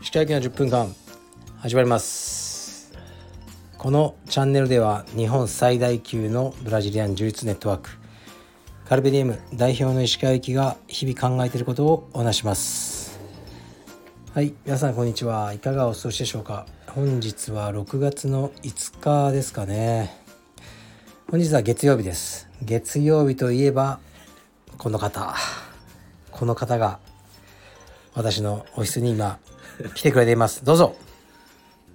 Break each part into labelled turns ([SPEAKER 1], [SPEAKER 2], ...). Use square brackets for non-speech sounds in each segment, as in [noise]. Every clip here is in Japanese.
[SPEAKER 1] 石川行きの10分間始まりますこのチャンネルでは日本最大級のブラジリアン柔術ネットワークカルベディエム代表の石川行きが日々考えていることをお話ししますはい皆さんこんにちはいかがお過ごしでしょうか本日は6月の5日ですかね本日は月曜日です月曜日といえばこの方この方が私のオフィスに今来てくれていますどうぞ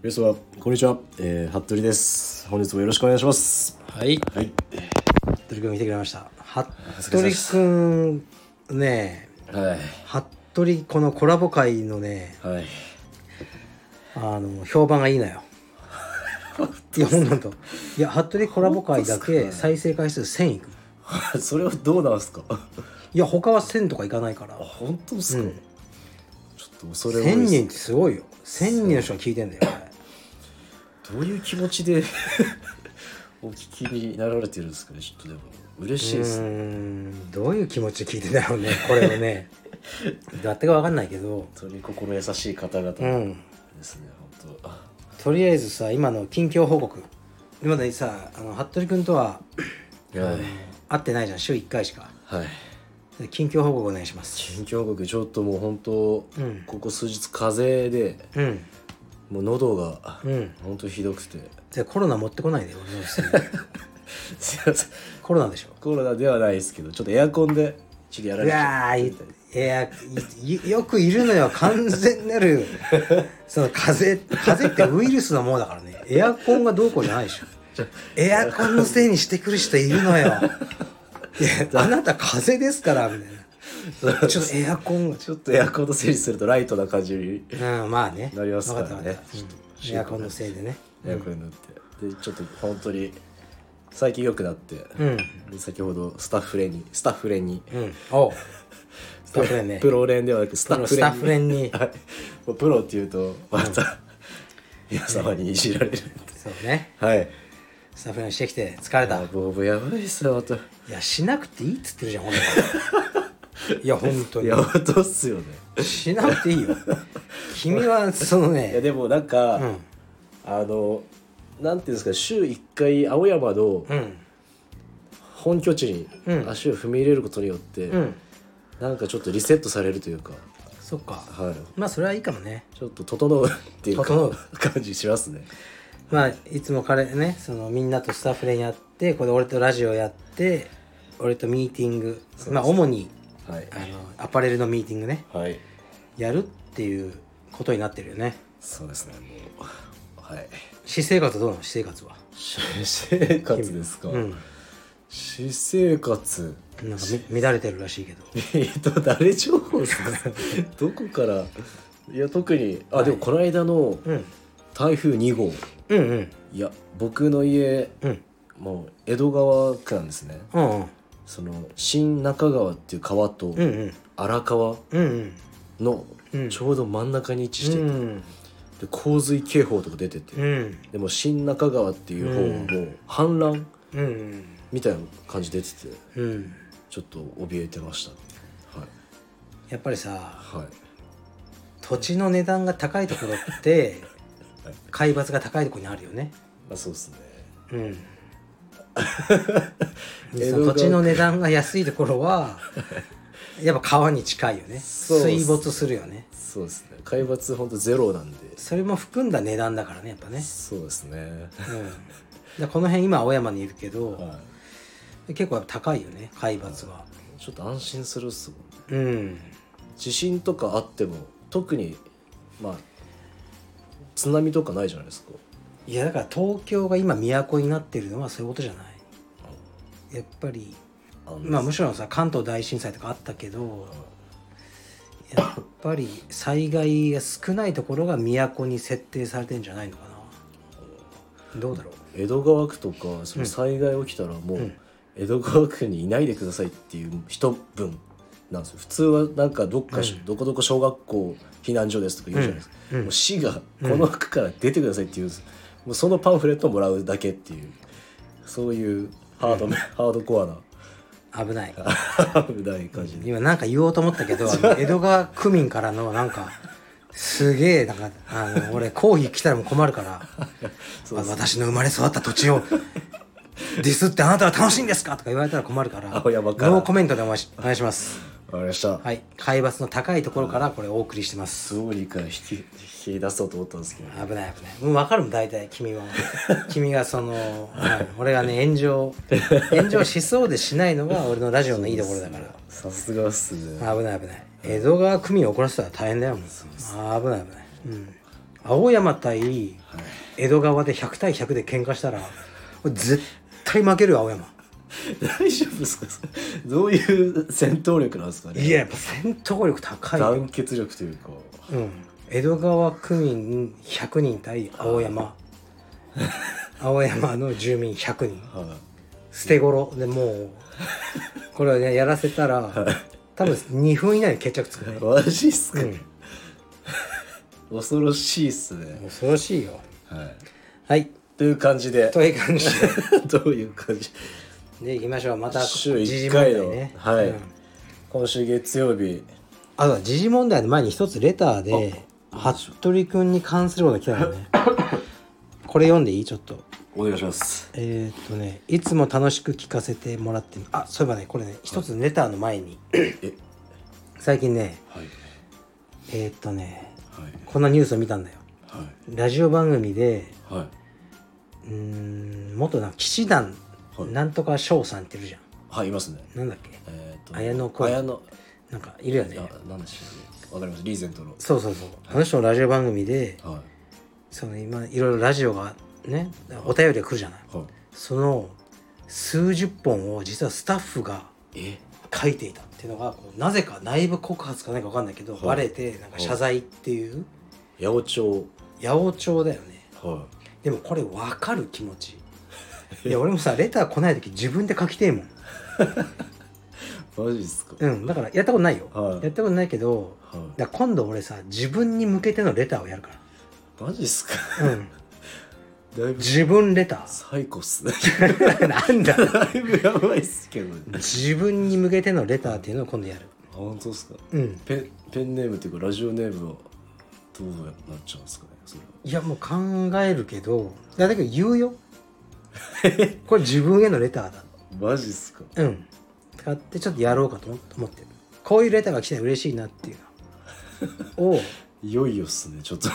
[SPEAKER 2] 皆様こんにちは、えー、服部です本日もよろしくお願いします
[SPEAKER 1] はい
[SPEAKER 2] はい
[SPEAKER 1] 服部君来てくれました服
[SPEAKER 2] お
[SPEAKER 1] 部
[SPEAKER 2] 疲れ様でし
[SPEAKER 1] 君ね
[SPEAKER 2] はい
[SPEAKER 1] 服部このコラボ会のね
[SPEAKER 2] はい [laughs]
[SPEAKER 1] あの評判がいいのよいやほんなんといや服部コラボ会だけ再生回数1000いく
[SPEAKER 2] それはどうなんすか [laughs]
[SPEAKER 1] いや他は1000とかいかないから
[SPEAKER 2] あ本当ですか、
[SPEAKER 1] うん
[SPEAKER 2] ちょっとそれは
[SPEAKER 1] 1000人ってすごいよ1000人の人が聞いてんだよこれ
[SPEAKER 2] どういう気持ちで [laughs] お聞きになられてるんですかねちょっとでも嬉しいです
[SPEAKER 1] うー
[SPEAKER 2] ね
[SPEAKER 1] んどういう気持ちで聞いてたろうねこれを
[SPEAKER 2] [laughs]
[SPEAKER 1] ねだってか分かんないけど
[SPEAKER 2] 本当に心優しい方々で
[SPEAKER 1] うん
[SPEAKER 2] すね、本当あ
[SPEAKER 1] とりあえずさ今の近況報告今だにさあの服部君とは
[SPEAKER 2] はい
[SPEAKER 1] 会ってないじゃん週1回しか
[SPEAKER 2] はい
[SPEAKER 1] で近況報告お願いします
[SPEAKER 2] 近況報告ちょっともう本当、
[SPEAKER 1] うん
[SPEAKER 2] ここ数日風邪で
[SPEAKER 1] うん
[SPEAKER 2] もう喉が
[SPEAKER 1] うん
[SPEAKER 2] 本当ひどくて、 [laughs]
[SPEAKER 1] じゃあコロナ持ってこないで俺の普通に
[SPEAKER 2] すいません
[SPEAKER 1] コロナで
[SPEAKER 2] [laughs]
[SPEAKER 1] しょ
[SPEAKER 2] コロナではないですけどちょっとエアコンでちょっとやら
[SPEAKER 1] い
[SPEAKER 2] れち
[SPEAKER 1] や
[SPEAKER 2] ゃ
[SPEAKER 1] ーいいやいいよくいるのよ完全な
[SPEAKER 2] [laughs]
[SPEAKER 1] るその風邪風邪ってウイルスのものだからねエアコンがどうこうじゃないでしょエアコンのせいにしてくる人いるの
[SPEAKER 2] [laughs]
[SPEAKER 1] よいやあなた風邪ですからみたいなちょっとエアコンが
[SPEAKER 2] ちょっとエアコンの整理するとライトな感じに
[SPEAKER 1] うんまあね
[SPEAKER 2] なりますからね
[SPEAKER 1] わったわかった
[SPEAKER 2] ちょっ
[SPEAKER 1] うんエアコンのせいでね
[SPEAKER 2] エアコンになってでちょっと本当に最近良くなって、
[SPEAKER 1] うん
[SPEAKER 2] で先ほどスタッフ連にスタッフ連に、
[SPEAKER 1] うんおうスタッフ連ね
[SPEAKER 2] プロ連ではなくスタッフ連に
[SPEAKER 1] スタッフ連に
[SPEAKER 2] はいもうプロっていうとまた、皆様にいじられる
[SPEAKER 1] そうね
[SPEAKER 2] はい
[SPEAKER 1] スタッフ連してきて疲れた
[SPEAKER 2] あボブやばいっすよ本当
[SPEAKER 1] いやしなくていいっつってるじゃんほん
[SPEAKER 2] [laughs]
[SPEAKER 1] とにいや本当
[SPEAKER 2] い
[SPEAKER 1] に
[SPEAKER 2] や本当っすよね
[SPEAKER 1] しなくていいよ君はその
[SPEAKER 2] いや
[SPEAKER 1] ね
[SPEAKER 2] でもなんか、
[SPEAKER 1] うん
[SPEAKER 2] あのなんていうんですか週1回青山の、
[SPEAKER 1] うん
[SPEAKER 2] 本拠地に
[SPEAKER 1] うん
[SPEAKER 2] 足を踏み入れることによって、
[SPEAKER 1] うん
[SPEAKER 2] なんかちょっとリセットされるというか、
[SPEAKER 1] そっか
[SPEAKER 2] は
[SPEAKER 1] まあそれはいいかもね
[SPEAKER 2] い、ちょっと整うっていうか
[SPEAKER 1] 整う
[SPEAKER 2] 感じしますね。
[SPEAKER 1] まあいつも彼ねそのみんなとスタッフ連やってここで俺とラジオやって俺とミーティングまあ主に
[SPEAKER 2] はい
[SPEAKER 1] あのアパレルのミーティングね
[SPEAKER 2] はい、
[SPEAKER 1] やるっていうことになってるよね
[SPEAKER 2] そうですね。もうはい。
[SPEAKER 1] 私生活どうなの私生活は
[SPEAKER 2] 私生活ですか。
[SPEAKER 1] うん
[SPEAKER 2] 私生活。
[SPEAKER 1] なんかみ乱れてるらしいけど
[SPEAKER 2] えっと誰情報で
[SPEAKER 1] [laughs]
[SPEAKER 2] すか。どこから。いや特にあ、でもこの間の
[SPEAKER 1] うん
[SPEAKER 2] 台風2号、
[SPEAKER 1] うんうん
[SPEAKER 2] いや僕の家
[SPEAKER 1] うん
[SPEAKER 2] もう江戸川区なんですね。
[SPEAKER 1] うんうん
[SPEAKER 2] その新中川っていう川と、
[SPEAKER 1] うんうん
[SPEAKER 2] 荒川
[SPEAKER 1] うん
[SPEAKER 2] の
[SPEAKER 1] うん
[SPEAKER 2] ちょうど真ん中に位置して
[SPEAKER 1] う
[SPEAKER 2] て、で
[SPEAKER 1] ん
[SPEAKER 2] 洪水警報とか出てて、
[SPEAKER 1] うん
[SPEAKER 2] でも新中川っていう方はもう氾濫
[SPEAKER 1] うん
[SPEAKER 2] みたいな感じ出てて
[SPEAKER 1] うん
[SPEAKER 2] ちょっと怯えてましたね
[SPEAKER 1] やっぱりさ
[SPEAKER 2] はいはい
[SPEAKER 1] 土地の値段が高いところって
[SPEAKER 2] はい
[SPEAKER 1] 海抜が高いところにあるよね
[SPEAKER 2] まあそうですね
[SPEAKER 1] うん
[SPEAKER 2] 江
[SPEAKER 1] でそ
[SPEAKER 2] 戸
[SPEAKER 1] の
[SPEAKER 2] 川
[SPEAKER 1] 土地の値段が安いところはやっぱ川に近いよね
[SPEAKER 2] そうっす
[SPEAKER 1] 水没するよね
[SPEAKER 2] そうですね海抜ほんとゼロなんで
[SPEAKER 1] それも含んだ値段だからねやっぱね、
[SPEAKER 2] そうですね [laughs]
[SPEAKER 1] うん、だから [laughs] この辺今青山にいるけど
[SPEAKER 2] は
[SPEAKER 1] 結構やっぱ高いよね海抜はい
[SPEAKER 2] ちょっと安心するっすもんね
[SPEAKER 1] うん
[SPEAKER 2] 地震とかあっても特にまあ津波とかないじゃないですか
[SPEAKER 1] いやだから東京が今都になってるのはそういうことじゃないやっぱり
[SPEAKER 2] あん
[SPEAKER 1] まあむしろさ関東大震災とかあったけど
[SPEAKER 2] はい
[SPEAKER 1] やっぱり災害が少ないところが都に設定されてんじゃないのかなどうだろう
[SPEAKER 2] 江戸川区とかその災害起きたらも
[SPEAKER 1] う
[SPEAKER 2] うん江戸川区にいないでくださいっていう一文なんですよ普通はなんかどっかし、どこどこ小学校避難所ですとか言うじゃないですか、
[SPEAKER 1] うんうん
[SPEAKER 2] もう市がこの区から出てくださいっていうんです、もうそのパンフレットをもらうだけっていうそういうハードめ、ハードコアな [laughs]
[SPEAKER 1] 危ない
[SPEAKER 2] あ危ない感じで、 [laughs]
[SPEAKER 1] 今なんか言おうと思ったけどあの江戸川区民からのなんかすげえなんかあの俺コーヒー来たらもう困るから
[SPEAKER 2] そうです
[SPEAKER 1] わ私の生まれ育った土地をディスってあなたは楽しいんですかとか言われたら困るから
[SPEAKER 2] 青山から
[SPEAKER 1] ノーコメントでお願いしお願いします
[SPEAKER 2] わかりました。
[SPEAKER 1] はい海抜の高いところからこれお送りしてます
[SPEAKER 2] すごい理解引き引き出そうと思ったんですけど。
[SPEAKER 1] 危ない危ないもう分かるもん大体君は君がその、はい俺がね炎上炎上しそうでしないのが俺のラジオのいいところだから
[SPEAKER 2] さすがっすね。
[SPEAKER 1] 危ない危ない江戸川区民を怒らせたら大変だよもう危ない危ない、うん、青山対江戸川で100対100で喧嘩したら俺絶対負けるよ青山
[SPEAKER 2] 大丈夫ですか [laughs] どういう戦闘力なんですかね
[SPEAKER 1] いややっぱ戦闘力高いよ
[SPEAKER 2] 団結力というか。
[SPEAKER 1] うん江戸川区民100人対青山青山の住民100人
[SPEAKER 2] は
[SPEAKER 1] 捨て頃でもうこれをねやらせたら多分2分以内で決着つくね
[SPEAKER 2] い。マジっすか、
[SPEAKER 1] うん
[SPEAKER 2] 恐ろしいっすね。
[SPEAKER 1] 恐ろしいよ
[SPEAKER 2] はい。
[SPEAKER 1] はい
[SPEAKER 2] という感じで。
[SPEAKER 1] という感じで
[SPEAKER 2] どういう感じ
[SPEAKER 1] で行きましょうまた
[SPEAKER 2] 週
[SPEAKER 1] 時事
[SPEAKER 2] 1
[SPEAKER 1] 問
[SPEAKER 2] 回
[SPEAKER 1] 題
[SPEAKER 2] の、
[SPEAKER 1] ね
[SPEAKER 2] はい、
[SPEAKER 1] うん
[SPEAKER 2] 今週月曜日
[SPEAKER 1] あとは時事問題の前に一つレターで服部君に関することが来たの
[SPEAKER 2] [coughs]
[SPEAKER 1] ねこれ読んでいいちょっと
[SPEAKER 2] お願いします
[SPEAKER 1] えーっとねいつも楽しく聞かせてもらってあそういえばねこれね一つレターの前に
[SPEAKER 2] え
[SPEAKER 1] 最近ね
[SPEAKER 2] はい
[SPEAKER 1] えーっとね
[SPEAKER 2] はい
[SPEAKER 1] こんなニュースを見たんだよ
[SPEAKER 2] は
[SPEAKER 1] ラジオ番組で
[SPEAKER 2] いはいう
[SPEAKER 1] ーん元な騎士団、
[SPEAKER 2] はい
[SPEAKER 1] なんとか翔さんっているじゃん
[SPEAKER 2] はいいますね
[SPEAKER 1] なんだっけ
[SPEAKER 2] えっ、と
[SPEAKER 1] 綾野剛
[SPEAKER 2] 綾野
[SPEAKER 1] なんかいるよね
[SPEAKER 2] あなんでしたっけわかりますリーゼントの
[SPEAKER 1] そうそうそうあの人のラジオ番組で
[SPEAKER 2] は
[SPEAKER 1] その今いろいろラジオがねお便りが来るじゃない
[SPEAKER 2] いはい
[SPEAKER 1] その数十本を実はスタッフが
[SPEAKER 2] え
[SPEAKER 1] 書いていたっていうのがこうなぜか内部告発かなんか分かんないけど、
[SPEAKER 2] い
[SPEAKER 1] バレてなんか謝罪っていう
[SPEAKER 2] 八百長
[SPEAKER 1] 八百長だよね
[SPEAKER 2] は
[SPEAKER 1] でもこれ分かる気持
[SPEAKER 2] [laughs]
[SPEAKER 1] ちいや俺もさレター来ない時自分で書きてえもん
[SPEAKER 2] いマジですか、
[SPEAKER 1] うんだからやったことないよ、
[SPEAKER 2] はい
[SPEAKER 1] やったことないけど
[SPEAKER 2] は
[SPEAKER 1] だから今度俺さ自分に向けてのレターをやるか
[SPEAKER 2] いマジですか
[SPEAKER 1] ら、うん、
[SPEAKER 2] [laughs] だいぶ
[SPEAKER 1] 自分レタ
[SPEAKER 2] サイコっすね
[SPEAKER 1] ー [laughs] なんだ
[SPEAKER 2] だいぶやばいっすけどね
[SPEAKER 1] 自分に向けてのレターっていうのを今度やる
[SPEAKER 2] あ本当ですか
[SPEAKER 1] うん
[SPEAKER 2] ペンペンネームっていうかラジオネームはどうなっちゃうんですかねそれはい
[SPEAKER 1] やもう考えるけどいやだけど言うよこれ自分へのレターだ
[SPEAKER 2] マジっすか
[SPEAKER 1] うん使ってちょっとやろうかと思思ってるこういうレターが来たら嬉しいなっていうのを
[SPEAKER 2] いよいよっすねちょっと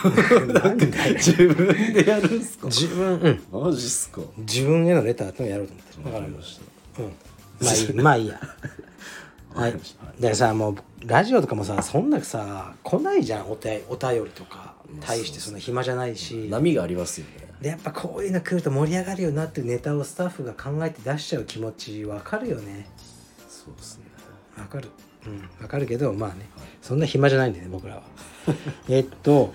[SPEAKER 1] なんだよ
[SPEAKER 2] 自分でやるんすか
[SPEAKER 1] 自分うん
[SPEAKER 2] マジっすかわ
[SPEAKER 1] 自分へのレターっていうのをやろうと思ってるだか
[SPEAKER 2] からり
[SPEAKER 1] もう
[SPEAKER 2] ました
[SPEAKER 1] うんまあいいまあいい
[SPEAKER 2] [laughs]
[SPEAKER 1] やはいだからさもうラジオとかもさそんなさ来ないじゃんおたお便りとか対してその暇じゃないし
[SPEAKER 2] 波がありますよね
[SPEAKER 1] でやっぱこういうの来ると盛り上がるよなっていうネタをスタッフが考えて出しちゃう気持ちわかるよね
[SPEAKER 2] そうっすね
[SPEAKER 1] わかるうんわかるけどまあねそんな暇じゃないんでね僕ら [laughs] はえっと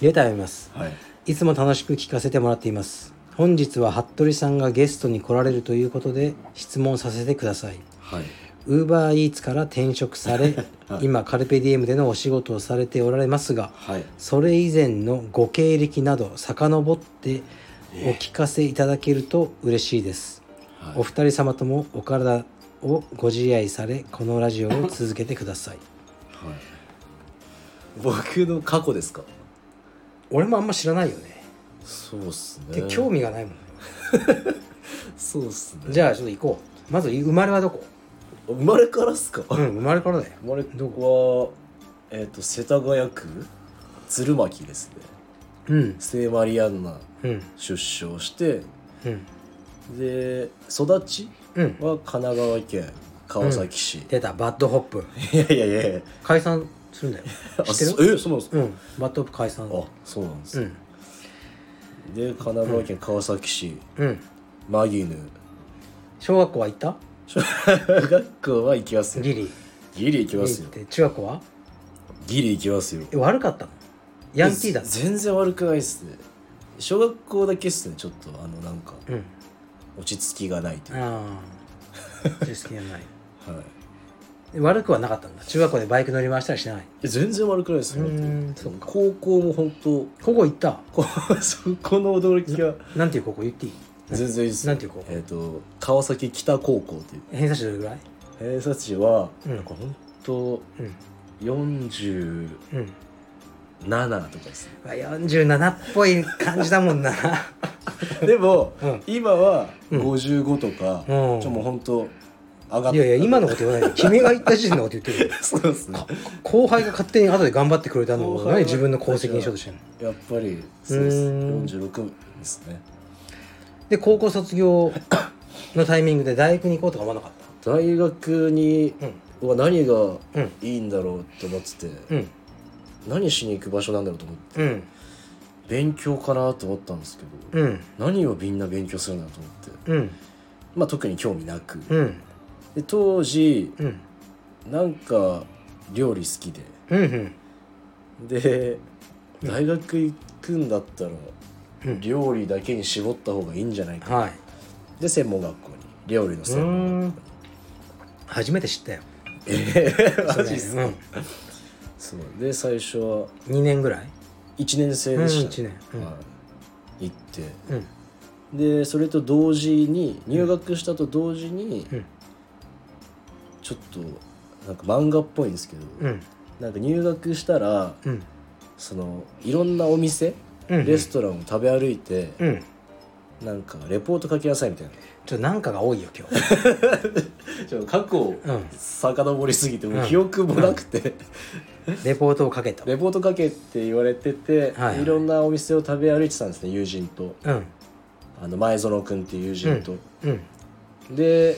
[SPEAKER 1] レター読みます
[SPEAKER 2] はい
[SPEAKER 1] いつも楽しく聞かせてもらっています本日は服部さんがゲストに来られるということで質問させてください
[SPEAKER 2] はい
[SPEAKER 1] ウーバーイーツから転職され、今カルペディエムでのお仕事をされておられますが
[SPEAKER 2] はい
[SPEAKER 1] それ以前のご経歴など遡ってお聞かせいただけると嬉しいです、
[SPEAKER 2] はい
[SPEAKER 1] お二人様ともお体をご自愛されこのラジオを続けてください
[SPEAKER 2] はい僕の過去ですか
[SPEAKER 1] [laughs] 俺もあんま知らないよね
[SPEAKER 2] そうっす
[SPEAKER 1] で
[SPEAKER 2] ね
[SPEAKER 1] 興味がないもん、
[SPEAKER 2] そうっすね
[SPEAKER 1] じゃあちょっと行こうまず生まれはどこ
[SPEAKER 2] 生まれからっすか
[SPEAKER 1] うん生まれからだよ
[SPEAKER 2] 生まれはえっと世田谷区鶴巻ですね
[SPEAKER 1] うん
[SPEAKER 2] 聖マリアンナ
[SPEAKER 1] うん
[SPEAKER 2] 出生して
[SPEAKER 1] うん
[SPEAKER 2] で育ち
[SPEAKER 1] うん
[SPEAKER 2] は神奈川県川崎市、
[SPEAKER 1] 出たバッドホップ
[SPEAKER 2] [laughs] いやいやいやいや
[SPEAKER 1] 解散する [laughs] んだよ
[SPEAKER 2] あ
[SPEAKER 1] 知って
[SPEAKER 2] そえそうなんですか、
[SPEAKER 1] うんバッドホップ解散
[SPEAKER 2] あそうなんです、
[SPEAKER 1] うん
[SPEAKER 2] で神奈川県川崎市、
[SPEAKER 1] うん
[SPEAKER 2] マギヌ
[SPEAKER 1] 小学校は行った
[SPEAKER 2] 小学校は行きますよ
[SPEAKER 1] ギリ
[SPEAKER 2] ギリ行き
[SPEAKER 1] ギ
[SPEAKER 2] ま
[SPEAKER 1] リ
[SPEAKER 2] す
[SPEAKER 1] 行っ
[SPEAKER 2] よ
[SPEAKER 1] て中学校は
[SPEAKER 2] ギリ行きますよ
[SPEAKER 1] え悪かったのヤンキーだっ
[SPEAKER 2] え
[SPEAKER 1] た
[SPEAKER 2] 全然悪くないっすね小学校だけっすねちょっとあのなんか
[SPEAKER 1] うん
[SPEAKER 2] 落ち着きがないという
[SPEAKER 1] ああ好きじゃない
[SPEAKER 2] か、はい
[SPEAKER 1] で [laughs] 悪くはなかったんだ中学校でバイク乗り回したりしない
[SPEAKER 2] え全然悪くないっす
[SPEAKER 1] うーん
[SPEAKER 2] ね
[SPEAKER 1] そっか
[SPEAKER 2] 高校も本当 [laughs]
[SPEAKER 1] ここ行った
[SPEAKER 2] こそこの驚きが
[SPEAKER 1] なんていう高校言っていい
[SPEAKER 2] 全然いいっす
[SPEAKER 1] なんていう高校
[SPEAKER 2] えっ、と川崎北高校という
[SPEAKER 1] 偏差値どれぐらい
[SPEAKER 2] 偏差値は、
[SPEAKER 1] うん
[SPEAKER 2] なんかほんと
[SPEAKER 1] うん
[SPEAKER 2] 40
[SPEAKER 1] うん
[SPEAKER 2] 7とかですね
[SPEAKER 1] うわ47っぽい感じだもん [laughs] な [laughs]
[SPEAKER 2] でも、
[SPEAKER 1] うん
[SPEAKER 2] 今は55とか、
[SPEAKER 1] うん
[SPEAKER 2] ちょっともう本当上がっ
[SPEAKER 1] いやいや今のこと言わないで君が言った時点のこと言ってるよ
[SPEAKER 2] [laughs] そうですね
[SPEAKER 1] 後輩が勝手に後で頑張ってくれたのを
[SPEAKER 2] 後輩は
[SPEAKER 1] 何自分の功績にしようとしてるの
[SPEAKER 2] やっぱりそうです
[SPEAKER 1] うーん
[SPEAKER 2] 46ですね
[SPEAKER 1] で高校卒業のタイミングで大学に行こうとか思わなかっ
[SPEAKER 2] 大学に、うわ何が
[SPEAKER 1] うん
[SPEAKER 2] いいんだろうと思ってて、
[SPEAKER 1] たうん
[SPEAKER 2] 何しに行く場所なんだろうと思って
[SPEAKER 1] うん
[SPEAKER 2] 勉強かなと思ったんですけど、
[SPEAKER 1] うん
[SPEAKER 2] 何をみんな勉強するんだと思って、
[SPEAKER 1] うん
[SPEAKER 2] まあ、特に興味なく、
[SPEAKER 1] うん
[SPEAKER 2] で当時
[SPEAKER 1] うん
[SPEAKER 2] なんか料理好き
[SPEAKER 1] うんうん
[SPEAKER 2] でで大学行くんだったら
[SPEAKER 1] うん
[SPEAKER 2] 料理だけに絞った方がいいんじゃないか
[SPEAKER 1] はい
[SPEAKER 2] で専門学校に料理の専門学校に
[SPEAKER 1] 初めて知ったよ
[SPEAKER 2] えーマジっすか、
[SPEAKER 1] うん
[SPEAKER 2] [laughs] そうで最初は
[SPEAKER 1] 2年ぐらい
[SPEAKER 2] 1年生でした、
[SPEAKER 1] うん一年うん
[SPEAKER 2] はい、行って
[SPEAKER 1] うん
[SPEAKER 2] でそれと同時に入学したと同時に、
[SPEAKER 1] うん
[SPEAKER 2] ちょっとなんか漫画っぽいんですけど、
[SPEAKER 1] うん
[SPEAKER 2] なんか入学したら
[SPEAKER 1] うん
[SPEAKER 2] そのいろんなお店、
[SPEAKER 1] うん
[SPEAKER 2] レストランを食べ歩いて、
[SPEAKER 1] うん
[SPEAKER 2] なんかレポート書きなさいみたいな
[SPEAKER 1] ちょっとなんかが多いよ今日
[SPEAKER 2] ちょっと過去を
[SPEAKER 1] うん
[SPEAKER 2] 遡りすぎて
[SPEAKER 1] う
[SPEAKER 2] もうん記憶もなくて、
[SPEAKER 1] レポートをかけた
[SPEAKER 2] レポート書けって言われてて、
[SPEAKER 1] はいはい
[SPEAKER 2] いろんなお店を食べ歩いてたんですね友人と
[SPEAKER 1] うん
[SPEAKER 2] あの前園君っていう友人と、
[SPEAKER 1] うん
[SPEAKER 2] で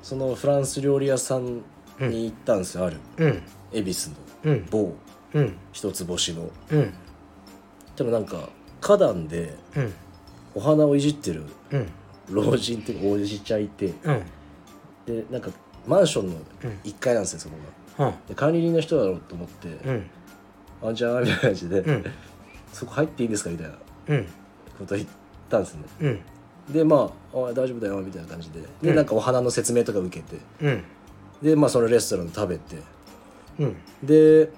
[SPEAKER 2] そのフランス料理屋さんに行ったんですよ、ある
[SPEAKER 1] うん
[SPEAKER 2] 恵比寿
[SPEAKER 1] う
[SPEAKER 2] の
[SPEAKER 1] ん
[SPEAKER 2] 某
[SPEAKER 1] うん
[SPEAKER 2] 一つ星の
[SPEAKER 1] うん
[SPEAKER 2] でもなんか花壇で
[SPEAKER 1] うん
[SPEAKER 2] お花をいじってる
[SPEAKER 1] うん
[SPEAKER 2] 老人っていうかおじちゃんいて
[SPEAKER 1] うん
[SPEAKER 2] でなんかマンションの
[SPEAKER 1] うん
[SPEAKER 2] 1階なんですよそこが
[SPEAKER 1] うん
[SPEAKER 2] で管理人の人だろうと思って「
[SPEAKER 1] うん
[SPEAKER 2] あんちゃん」みたいな感じで、
[SPEAKER 1] うん
[SPEAKER 2] そこ入っていいんですか?」みたいな
[SPEAKER 1] うん
[SPEAKER 2] こと言ったんですね
[SPEAKER 1] うん
[SPEAKER 2] でまああ「大丈夫だよ」みたいな感じででなんかお花の説明とか受けて
[SPEAKER 1] うん
[SPEAKER 2] でまあそのレストランで食べて
[SPEAKER 1] うん
[SPEAKER 2] で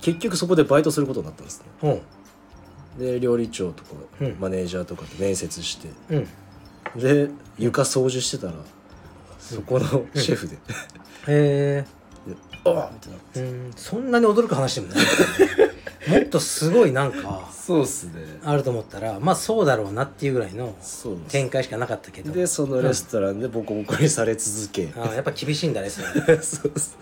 [SPEAKER 2] 結局そこでバイトすることになったんですね
[SPEAKER 1] うん
[SPEAKER 2] で料理長とか
[SPEAKER 1] うん
[SPEAKER 2] マネージャーとかと面接して、
[SPEAKER 1] うん
[SPEAKER 2] で床掃除してたらそこのシェフで
[SPEAKER 1] へ
[SPEAKER 2] 「であっ!」みたいな
[SPEAKER 1] えうんそんなに驚く話でもないもっとすごいなんか
[SPEAKER 2] そうっすね
[SPEAKER 1] あると思ったらまあそうだろうなっていうぐらいの
[SPEAKER 2] そうなんです
[SPEAKER 1] 展開しかなかったけど
[SPEAKER 2] でそのレストランでボコボコにされ続け、
[SPEAKER 1] あーやっぱ厳しいんだねそれ
[SPEAKER 2] そうっす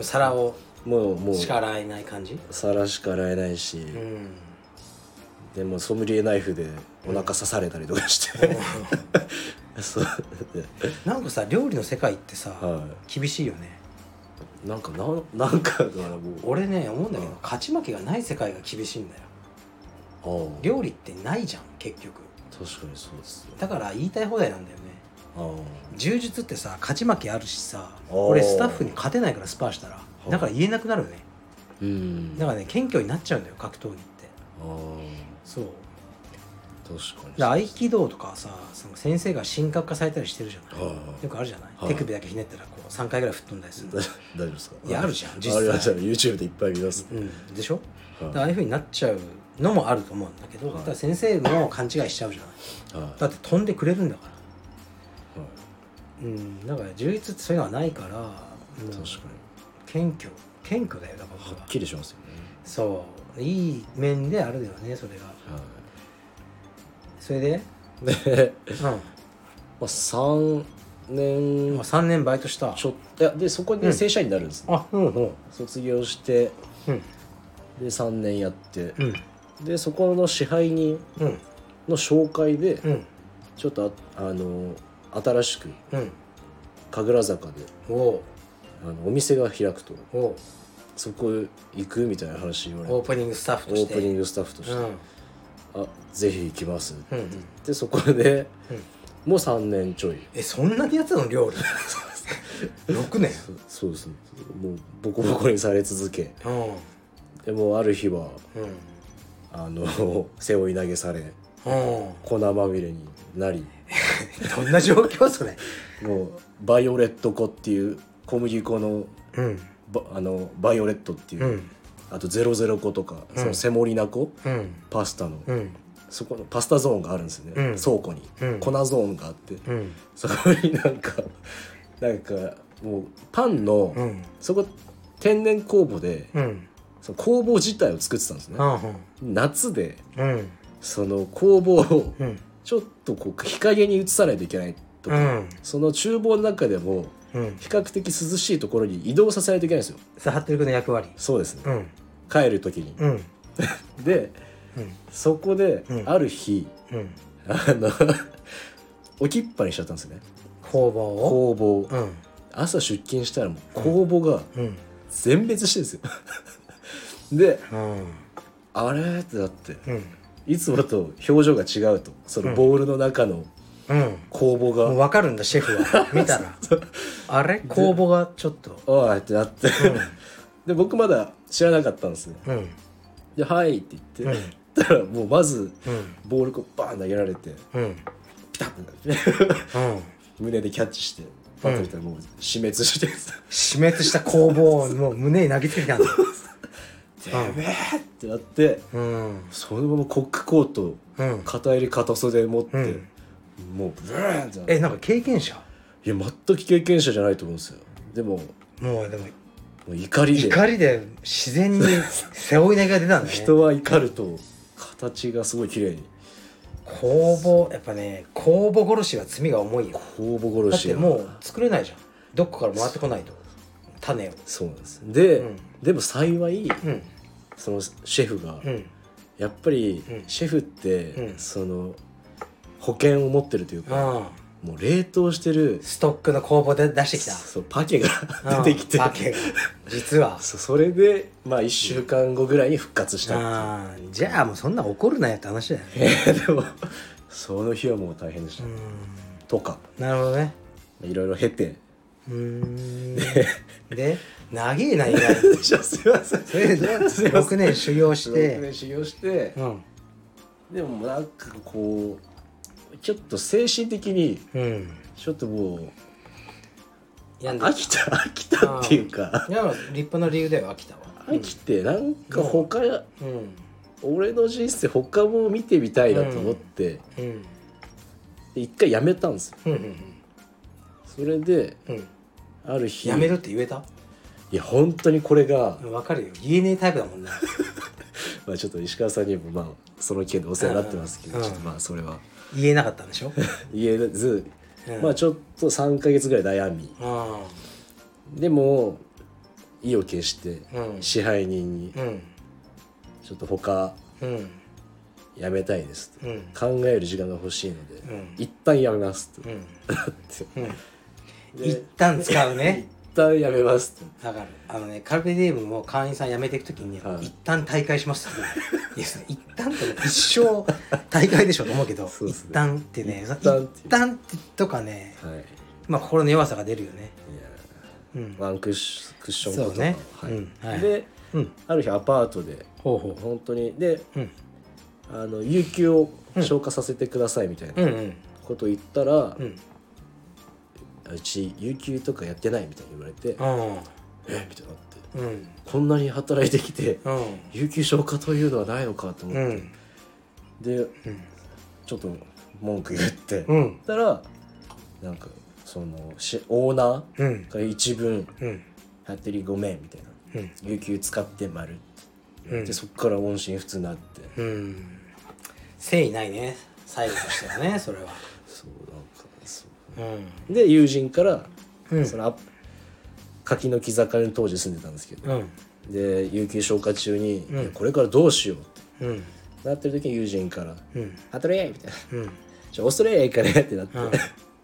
[SPEAKER 1] 皿を
[SPEAKER 2] もうもう
[SPEAKER 1] しか洗えない感じ
[SPEAKER 2] 皿しか洗えないし、
[SPEAKER 1] うん
[SPEAKER 2] でもうソムリエナイフでお腹刺されたりとかして、 [laughs] そうで
[SPEAKER 1] なんかさ料理の世界ってさ、
[SPEAKER 2] は
[SPEAKER 1] 厳しいよね
[SPEAKER 2] いなんかなんなんかだからもう
[SPEAKER 1] 俺ね思うんだけど、
[SPEAKER 2] うん
[SPEAKER 1] 勝ち負けがない世界が厳しいんだよ
[SPEAKER 2] ああ
[SPEAKER 1] 料理ってないじゃん結局
[SPEAKER 2] 確かにそうですね
[SPEAKER 1] だから言いたい放題なんだよね
[SPEAKER 2] ああ
[SPEAKER 1] 柔術ってさ勝ち負けあるしさ
[SPEAKER 2] おー
[SPEAKER 1] 俺スタッフに勝てないからスパーしたら
[SPEAKER 2] い
[SPEAKER 1] だから言えなくなるよね
[SPEAKER 2] うん
[SPEAKER 1] だからね謙虚になっちゃうんだよ格闘技って
[SPEAKER 2] ああ
[SPEAKER 1] そう
[SPEAKER 2] 確かに
[SPEAKER 1] だから合気道とかさその先生が神格化されたりしてるじゃない、
[SPEAKER 2] はい [laughs] はい
[SPEAKER 1] よくあるじゃない、
[SPEAKER 2] はい
[SPEAKER 1] 手首だけひねったらこう3回ぐらい吹っ飛んだりする
[SPEAKER 2] [laughs] 大大丈夫ですか
[SPEAKER 1] いやあるじゃん実際
[SPEAKER 2] ありましたね YouTube でいっぱい見ます、
[SPEAKER 1] うん、でしょ、
[SPEAKER 2] はい
[SPEAKER 1] だからああいうふうになっちゃうのもあると思うんだけど、
[SPEAKER 2] はい
[SPEAKER 1] だから先生も勘違いしちゃうじゃない
[SPEAKER 2] はい
[SPEAKER 1] だって飛んでくれるんだから
[SPEAKER 2] はい
[SPEAKER 1] うんだから充実ってそういうのはないから、うん
[SPEAKER 2] 確か
[SPEAKER 1] 謙虚謙虚だよだから
[SPEAKER 2] に
[SPEAKER 1] 僕
[SPEAKER 2] は
[SPEAKER 1] は
[SPEAKER 2] っきりしますよね、
[SPEAKER 1] そういい面であるよねそれが
[SPEAKER 2] は
[SPEAKER 1] それで、
[SPEAKER 2] い、で、
[SPEAKER 1] うん、
[SPEAKER 2] まあ、3年
[SPEAKER 1] 今3年バイトした
[SPEAKER 2] ちょっといやでそこで正社員になるんです、ね
[SPEAKER 1] あうんうん
[SPEAKER 2] 卒業して
[SPEAKER 1] うん
[SPEAKER 2] で3年やって
[SPEAKER 1] う、ん
[SPEAKER 2] でそこの支配人
[SPEAKER 1] うん
[SPEAKER 2] の紹介で、
[SPEAKER 1] うん
[SPEAKER 2] ちょっとああの新しく
[SPEAKER 1] うん
[SPEAKER 2] 神楽坂で
[SPEAKER 1] おう
[SPEAKER 2] あのお店が開くと
[SPEAKER 1] おう
[SPEAKER 2] そこ行くみたいな話言われて
[SPEAKER 1] オープニングスタッフと
[SPEAKER 2] オ
[SPEAKER 1] し
[SPEAKER 2] ー
[SPEAKER 1] て
[SPEAKER 2] プニングスタッフとして、
[SPEAKER 1] うん
[SPEAKER 2] あぜひ行きますって
[SPEAKER 1] うんう
[SPEAKER 2] 言っ
[SPEAKER 1] ん
[SPEAKER 2] てそこで
[SPEAKER 1] うん
[SPEAKER 2] もう3年ちょい
[SPEAKER 1] えそんなにやってたの料理
[SPEAKER 2] [laughs]
[SPEAKER 1] 6年
[SPEAKER 2] そそうですねもうボコボコにされ続け
[SPEAKER 1] うん
[SPEAKER 2] でもうある日は
[SPEAKER 1] うん
[SPEAKER 2] あの [laughs] 背負い投げされ
[SPEAKER 1] うん
[SPEAKER 2] 粉まみれになり
[SPEAKER 1] どんな状況それ
[SPEAKER 2] もうバイオレット粉っていう小麦粉の
[SPEAKER 1] うん
[SPEAKER 2] ばあのバイオレットっていう、
[SPEAKER 1] うん
[SPEAKER 2] あとゼロゼロ粉とか、
[SPEAKER 1] うん
[SPEAKER 2] そのセモリナ粉
[SPEAKER 1] うん
[SPEAKER 2] パスタの、
[SPEAKER 1] うん
[SPEAKER 2] そこのパスタゾーンがあるんですよね、
[SPEAKER 1] うん
[SPEAKER 2] 倉庫に、
[SPEAKER 1] うん
[SPEAKER 2] 粉ゾーンがあって、
[SPEAKER 1] うん
[SPEAKER 2] そこになんか [laughs] なんかもうパンの、
[SPEAKER 1] うん
[SPEAKER 2] そこ天然酵母で
[SPEAKER 1] うん
[SPEAKER 2] その工房自体を作ってたんですね、
[SPEAKER 1] う
[SPEAKER 2] 夏で
[SPEAKER 1] んうん
[SPEAKER 2] その工房を
[SPEAKER 1] うん
[SPEAKER 2] ちょっとこう日陰に移さないといけないと
[SPEAKER 1] う
[SPEAKER 2] か、
[SPEAKER 1] ん
[SPEAKER 2] その厨房の中でも
[SPEAKER 1] うん
[SPEAKER 2] 比較的涼しいところに移動させないといけないんですよ
[SPEAKER 1] さあ服部君の役割
[SPEAKER 2] そうですね
[SPEAKER 1] うん
[SPEAKER 2] 帰る時に、
[SPEAKER 1] うん
[SPEAKER 2] で
[SPEAKER 1] うん
[SPEAKER 2] そこで
[SPEAKER 1] うん
[SPEAKER 2] ある日、
[SPEAKER 1] うん
[SPEAKER 2] あの [laughs] 置きっぱにしちゃったんですね
[SPEAKER 1] 工房を
[SPEAKER 2] 工房
[SPEAKER 1] うん
[SPEAKER 2] 朝出勤したらもう工房が
[SPEAKER 1] うん
[SPEAKER 2] 全滅してるんですよ [laughs] で
[SPEAKER 1] うん
[SPEAKER 2] あれーってなって
[SPEAKER 1] うん
[SPEAKER 2] いつもと表情が違うとそのボールの中の
[SPEAKER 1] うん
[SPEAKER 2] 工房が、
[SPEAKER 1] もう分かるんだシェフは見たらあれ公募がちょっと
[SPEAKER 2] おいってなって、
[SPEAKER 1] う
[SPEAKER 2] [laughs] で僕まだ知らなかったんですね
[SPEAKER 1] んうん
[SPEAKER 2] で「はい」って言
[SPEAKER 1] う
[SPEAKER 2] っ
[SPEAKER 1] ん
[SPEAKER 2] て、たらもうまず
[SPEAKER 1] うん
[SPEAKER 2] ボールこうバーン投げられて
[SPEAKER 1] うん
[SPEAKER 2] ピタッて [laughs]
[SPEAKER 1] うん
[SPEAKER 2] 胸でキャッチしてパッと見たらもう死滅してるんです
[SPEAKER 1] 死滅した工房をもう胸に投げてきたんだ
[SPEAKER 2] てめえってなって
[SPEAKER 1] うん
[SPEAKER 2] そのままコックコートを
[SPEAKER 1] うん
[SPEAKER 2] 片襟片袖持って、
[SPEAKER 1] うん
[SPEAKER 2] もうブーンってなって
[SPEAKER 1] えなんか経験者
[SPEAKER 2] いや全く経験者じゃないと思うんですよでもも
[SPEAKER 1] もうでも
[SPEAKER 2] う怒りで
[SPEAKER 1] 怒りで自然に背負い投げが出たんだね
[SPEAKER 2] 人は怒ると形がすごい綺麗に
[SPEAKER 1] 公募やっぱね公募殺しは罪が重いよ
[SPEAKER 2] 公募殺
[SPEAKER 1] だっ
[SPEAKER 2] してが
[SPEAKER 1] もう作れないじゃんどっかから回ってこないと種を
[SPEAKER 2] そうなんですで、
[SPEAKER 1] うん
[SPEAKER 2] でも幸い
[SPEAKER 1] うん
[SPEAKER 2] そのシェフが、
[SPEAKER 1] うん
[SPEAKER 2] やっぱり
[SPEAKER 1] うん
[SPEAKER 2] シェフって、
[SPEAKER 1] うん
[SPEAKER 2] その保険を持ってるというか、
[SPEAKER 1] ああ
[SPEAKER 2] もう冷凍してる
[SPEAKER 1] ストックの公募で出してきた
[SPEAKER 2] そうパケが
[SPEAKER 1] うん
[SPEAKER 2] [laughs] 出てきて、
[SPEAKER 1] パケが実は
[SPEAKER 2] そうそれでまあ1週間後ぐらいに復活したっ
[SPEAKER 1] あーじゃあもうそんな怒るなよって話だよ
[SPEAKER 2] てい
[SPEAKER 1] ね
[SPEAKER 2] う、でもその日はもう大変でした、
[SPEAKER 1] うん
[SPEAKER 2] とか
[SPEAKER 1] なるほどね
[SPEAKER 2] いろいろ
[SPEAKER 1] [laughs]
[SPEAKER 2] 経て
[SPEAKER 1] うーん
[SPEAKER 2] [laughs]
[SPEAKER 1] で長えな意外に
[SPEAKER 2] じゃあすいません
[SPEAKER 1] それで
[SPEAKER 2] [laughs] ますいま
[SPEAKER 1] 6
[SPEAKER 2] せん
[SPEAKER 1] 年修行し
[SPEAKER 2] 6
[SPEAKER 1] て
[SPEAKER 2] 年修行して、
[SPEAKER 1] うん
[SPEAKER 2] でもなんかこうちょっと精神的に
[SPEAKER 1] うん
[SPEAKER 2] ちょっともう
[SPEAKER 1] 病んで
[SPEAKER 2] 飽
[SPEAKER 1] き
[SPEAKER 2] きた飽きたっていうか
[SPEAKER 1] たいや立派な理由だよ秋田は
[SPEAKER 2] 飽きてなんか他、
[SPEAKER 1] うん
[SPEAKER 2] 俺の人生他も見てみたいなと思って、
[SPEAKER 1] うん
[SPEAKER 2] で一回やめたんですよ
[SPEAKER 1] うんうん
[SPEAKER 2] それで
[SPEAKER 1] うん
[SPEAKER 2] ある日
[SPEAKER 1] やめるって言えた
[SPEAKER 2] いや本当にこれが、
[SPEAKER 1] わかるよ言えねえタイプだもんな
[SPEAKER 2] まあ、ちょっと石川さんにもまあその件でお世話になってますけど、
[SPEAKER 1] うん
[SPEAKER 2] ちょっとまあそれは
[SPEAKER 1] 言えなかったんでしょ
[SPEAKER 2] 言えず、
[SPEAKER 1] うん
[SPEAKER 2] まあちょっと3ヶ月ぐらい悩み
[SPEAKER 1] あ
[SPEAKER 2] でも意を決して
[SPEAKER 1] あうん
[SPEAKER 2] 支配人に
[SPEAKER 1] うん
[SPEAKER 2] ちょっと他
[SPEAKER 1] うん
[SPEAKER 2] やめたいですと、
[SPEAKER 1] うん
[SPEAKER 2] 考える時間が欲しいので、
[SPEAKER 1] うん
[SPEAKER 2] 一旦やめますと、
[SPEAKER 1] うん
[SPEAKER 2] だって
[SPEAKER 1] うん
[SPEAKER 2] で
[SPEAKER 1] 一旦使うね
[SPEAKER 2] 一旦やめますと
[SPEAKER 1] だからあのねカルペディエムも会員さん辞めていくときに、
[SPEAKER 2] はい
[SPEAKER 1] 一旦大会し [laughs] ますってねいやその一旦ってね一生大会でしょと思うけど
[SPEAKER 2] そうですね
[SPEAKER 1] 一旦ってねその
[SPEAKER 2] 一旦っていう
[SPEAKER 1] 一旦ってとかね
[SPEAKER 2] はいいや
[SPEAKER 1] まあ心の弱さが出るよねうん
[SPEAKER 2] ワンクッションクッション
[SPEAKER 1] そうね
[SPEAKER 2] ことかはい
[SPEAKER 1] うんはい
[SPEAKER 2] で
[SPEAKER 1] うん
[SPEAKER 2] ある日アパートで
[SPEAKER 1] ほうほ
[SPEAKER 2] 本当にで
[SPEAKER 1] ううん
[SPEAKER 2] あの有給を消化させてくださいみたい
[SPEAKER 1] うん
[SPEAKER 2] な
[SPEAKER 1] うん
[SPEAKER 2] こと言ったら、
[SPEAKER 1] うん
[SPEAKER 2] うち有給とかやってないみたいに言われて、
[SPEAKER 1] うん
[SPEAKER 2] えみたいになって
[SPEAKER 1] うん
[SPEAKER 2] こんなに働いてきて、
[SPEAKER 1] うん
[SPEAKER 2] 有給消化というのはないのかと思
[SPEAKER 1] う
[SPEAKER 2] って、
[SPEAKER 1] ん
[SPEAKER 2] で
[SPEAKER 1] うん
[SPEAKER 2] ちょっと文句言って、
[SPEAKER 1] う
[SPEAKER 2] 言っ
[SPEAKER 1] ん
[SPEAKER 2] たらなんかそのしオーナ
[SPEAKER 1] うん
[SPEAKER 2] ーが一文
[SPEAKER 1] うん
[SPEAKER 2] 「服部ごめん」みたいな
[SPEAKER 1] うん
[SPEAKER 2] 「有給使って丸って言っ
[SPEAKER 1] う
[SPEAKER 2] て
[SPEAKER 1] ん
[SPEAKER 2] そっから音信不通になって
[SPEAKER 1] うん誠意ないね最後としてはねそれは
[SPEAKER 2] そうなんかそう
[SPEAKER 1] うん
[SPEAKER 2] で友人から、
[SPEAKER 1] うん
[SPEAKER 2] そのあ柿の木坂に当時住んでたんですけど、
[SPEAKER 1] うん
[SPEAKER 2] で有給消化中に、
[SPEAKER 1] うん
[SPEAKER 2] いやこれからどうしようって
[SPEAKER 1] うん
[SPEAKER 2] なってる時に友人から
[SPEAKER 1] うん
[SPEAKER 2] 「ハトレー!」みたいな
[SPEAKER 1] うん
[SPEAKER 2] 「じゃあオーストラリア行かね」ってなって、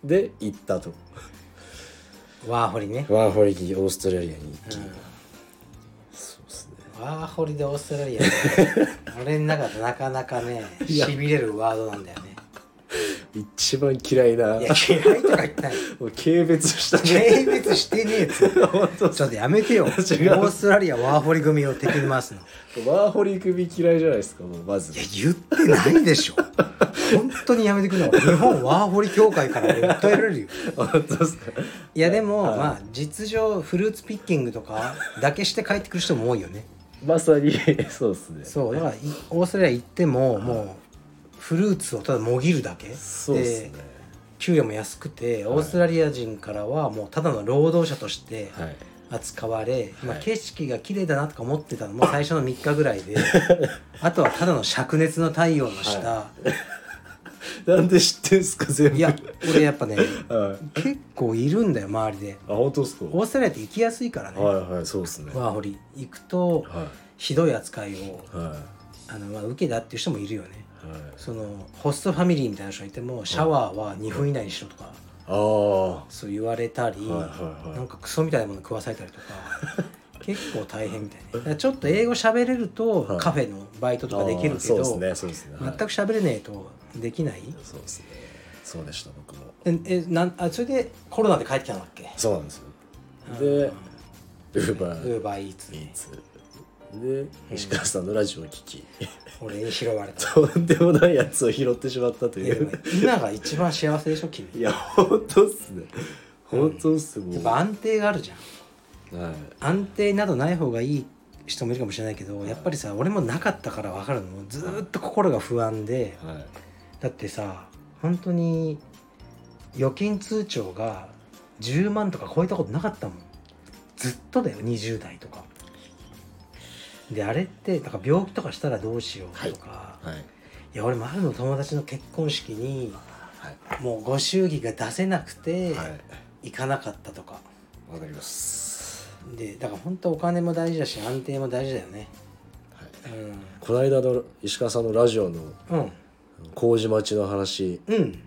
[SPEAKER 2] で行ったと
[SPEAKER 1] ワーホリね
[SPEAKER 2] ワーホリにオーストラリアに行き、そうですね
[SPEAKER 1] ワーホリでオーストラリアね俺の中でなかなかねしびれるワードなんだよね
[SPEAKER 2] 一番嫌いない
[SPEAKER 1] や嫌いとか言ってない
[SPEAKER 2] もう軽蔑したね
[SPEAKER 1] 軽蔑してねえっつうの
[SPEAKER 2] 本当
[SPEAKER 1] ちょっとやめてよオーストラリアワーホリ組を敵に回すのい
[SPEAKER 2] ワーホリ組嫌いじゃないですかもうまず
[SPEAKER 1] や言ってないでしょ本当にやめてくんの日本ワーホリ協会から俺訴えられるよ
[SPEAKER 2] 本当ですか
[SPEAKER 1] いやでもまあ実情フルーツピッキングと
[SPEAKER 2] [laughs]
[SPEAKER 1] かだけして帰ってくる人も多いよね
[SPEAKER 2] まさにそうですね
[SPEAKER 1] そうだからいオーストラリア行ってももうフルーツをただもぎるだけ
[SPEAKER 2] そうですね
[SPEAKER 1] 給与も安くてオーストラリア人からはもうただの労働者として
[SPEAKER 2] はい
[SPEAKER 1] 扱われ、まあ、
[SPEAKER 2] はい
[SPEAKER 1] 景色が綺麗だなとか思ってたのも最初の3日ぐらい
[SPEAKER 2] [laughs]
[SPEAKER 1] であとはただの灼熱の太陽の下、
[SPEAKER 2] なんで知ってんすか全部
[SPEAKER 1] い、や俺やっぱね
[SPEAKER 2] はい、
[SPEAKER 1] 結構いるんだよ周りで
[SPEAKER 2] あ本当ですか
[SPEAKER 1] オ
[SPEAKER 2] は
[SPEAKER 1] ーストラリアって行きやすいからね、
[SPEAKER 2] いはいそうですねは
[SPEAKER 1] ワーホリ行くとひどい扱いを
[SPEAKER 2] いはい
[SPEAKER 1] あの、まあ、受けたっていう人もいるよね
[SPEAKER 2] はい
[SPEAKER 1] そのホストファミリーみたいな人がいてもシャワーは2分以内にしろとか
[SPEAKER 2] ああ
[SPEAKER 1] そう言われたり、
[SPEAKER 2] はいはいはい
[SPEAKER 1] なんかクソみたいなもの食わされたり
[SPEAKER 2] [laughs]
[SPEAKER 1] とか結構大変みたいねだからちょっと英語喋れると
[SPEAKER 2] はい
[SPEAKER 1] カフェのバイトとかできるけ
[SPEAKER 2] そうで
[SPEAKER 1] ど、
[SPEAKER 2] すねそうですね、
[SPEAKER 1] 全
[SPEAKER 2] はい
[SPEAKER 1] く喋れねえとできない
[SPEAKER 2] そうですねそうでした僕も
[SPEAKER 1] ええなんあそれでコロナで帰ってきたんだっけ
[SPEAKER 2] そうなんですよでウーバ
[SPEAKER 1] ウ
[SPEAKER 2] ー
[SPEAKER 1] ーバーイーツ
[SPEAKER 2] イーツで石川さんのラジオを聞き、 [laughs]
[SPEAKER 1] 俺に拾われた
[SPEAKER 2] とんでもないやつを拾ってしまったと
[SPEAKER 1] い
[SPEAKER 2] い
[SPEAKER 1] やでも
[SPEAKER 2] う
[SPEAKER 1] 今が一番幸せでしょ君
[SPEAKER 2] いや本当っすね本当っすも
[SPEAKER 1] や
[SPEAKER 2] う、
[SPEAKER 1] っ
[SPEAKER 2] は
[SPEAKER 1] ぱ安定があるじゃん
[SPEAKER 2] い
[SPEAKER 1] 安定などない方がいい人もいるかもしれないけどやっぱりさ俺もなかったから分かるのもうずーっと心が不安で
[SPEAKER 2] はい
[SPEAKER 1] だってさ本当に預金通帳が10万とか超えたことなかったもんずっとだよ20代とかであれってだから病気とかしたらどうしようとか、
[SPEAKER 2] はい
[SPEAKER 1] い、や俺もあるの友達の結婚式に
[SPEAKER 2] はい
[SPEAKER 1] もうご祝儀が出せなくて
[SPEAKER 2] はい
[SPEAKER 1] 行かなかったとか、
[SPEAKER 2] わかります
[SPEAKER 1] でだから本当お金も大事だし安定も大事だよね
[SPEAKER 2] はい
[SPEAKER 1] うん
[SPEAKER 2] この間の石川さんのラジオの
[SPEAKER 1] うん、
[SPEAKER 2] 麹町の話
[SPEAKER 1] うん、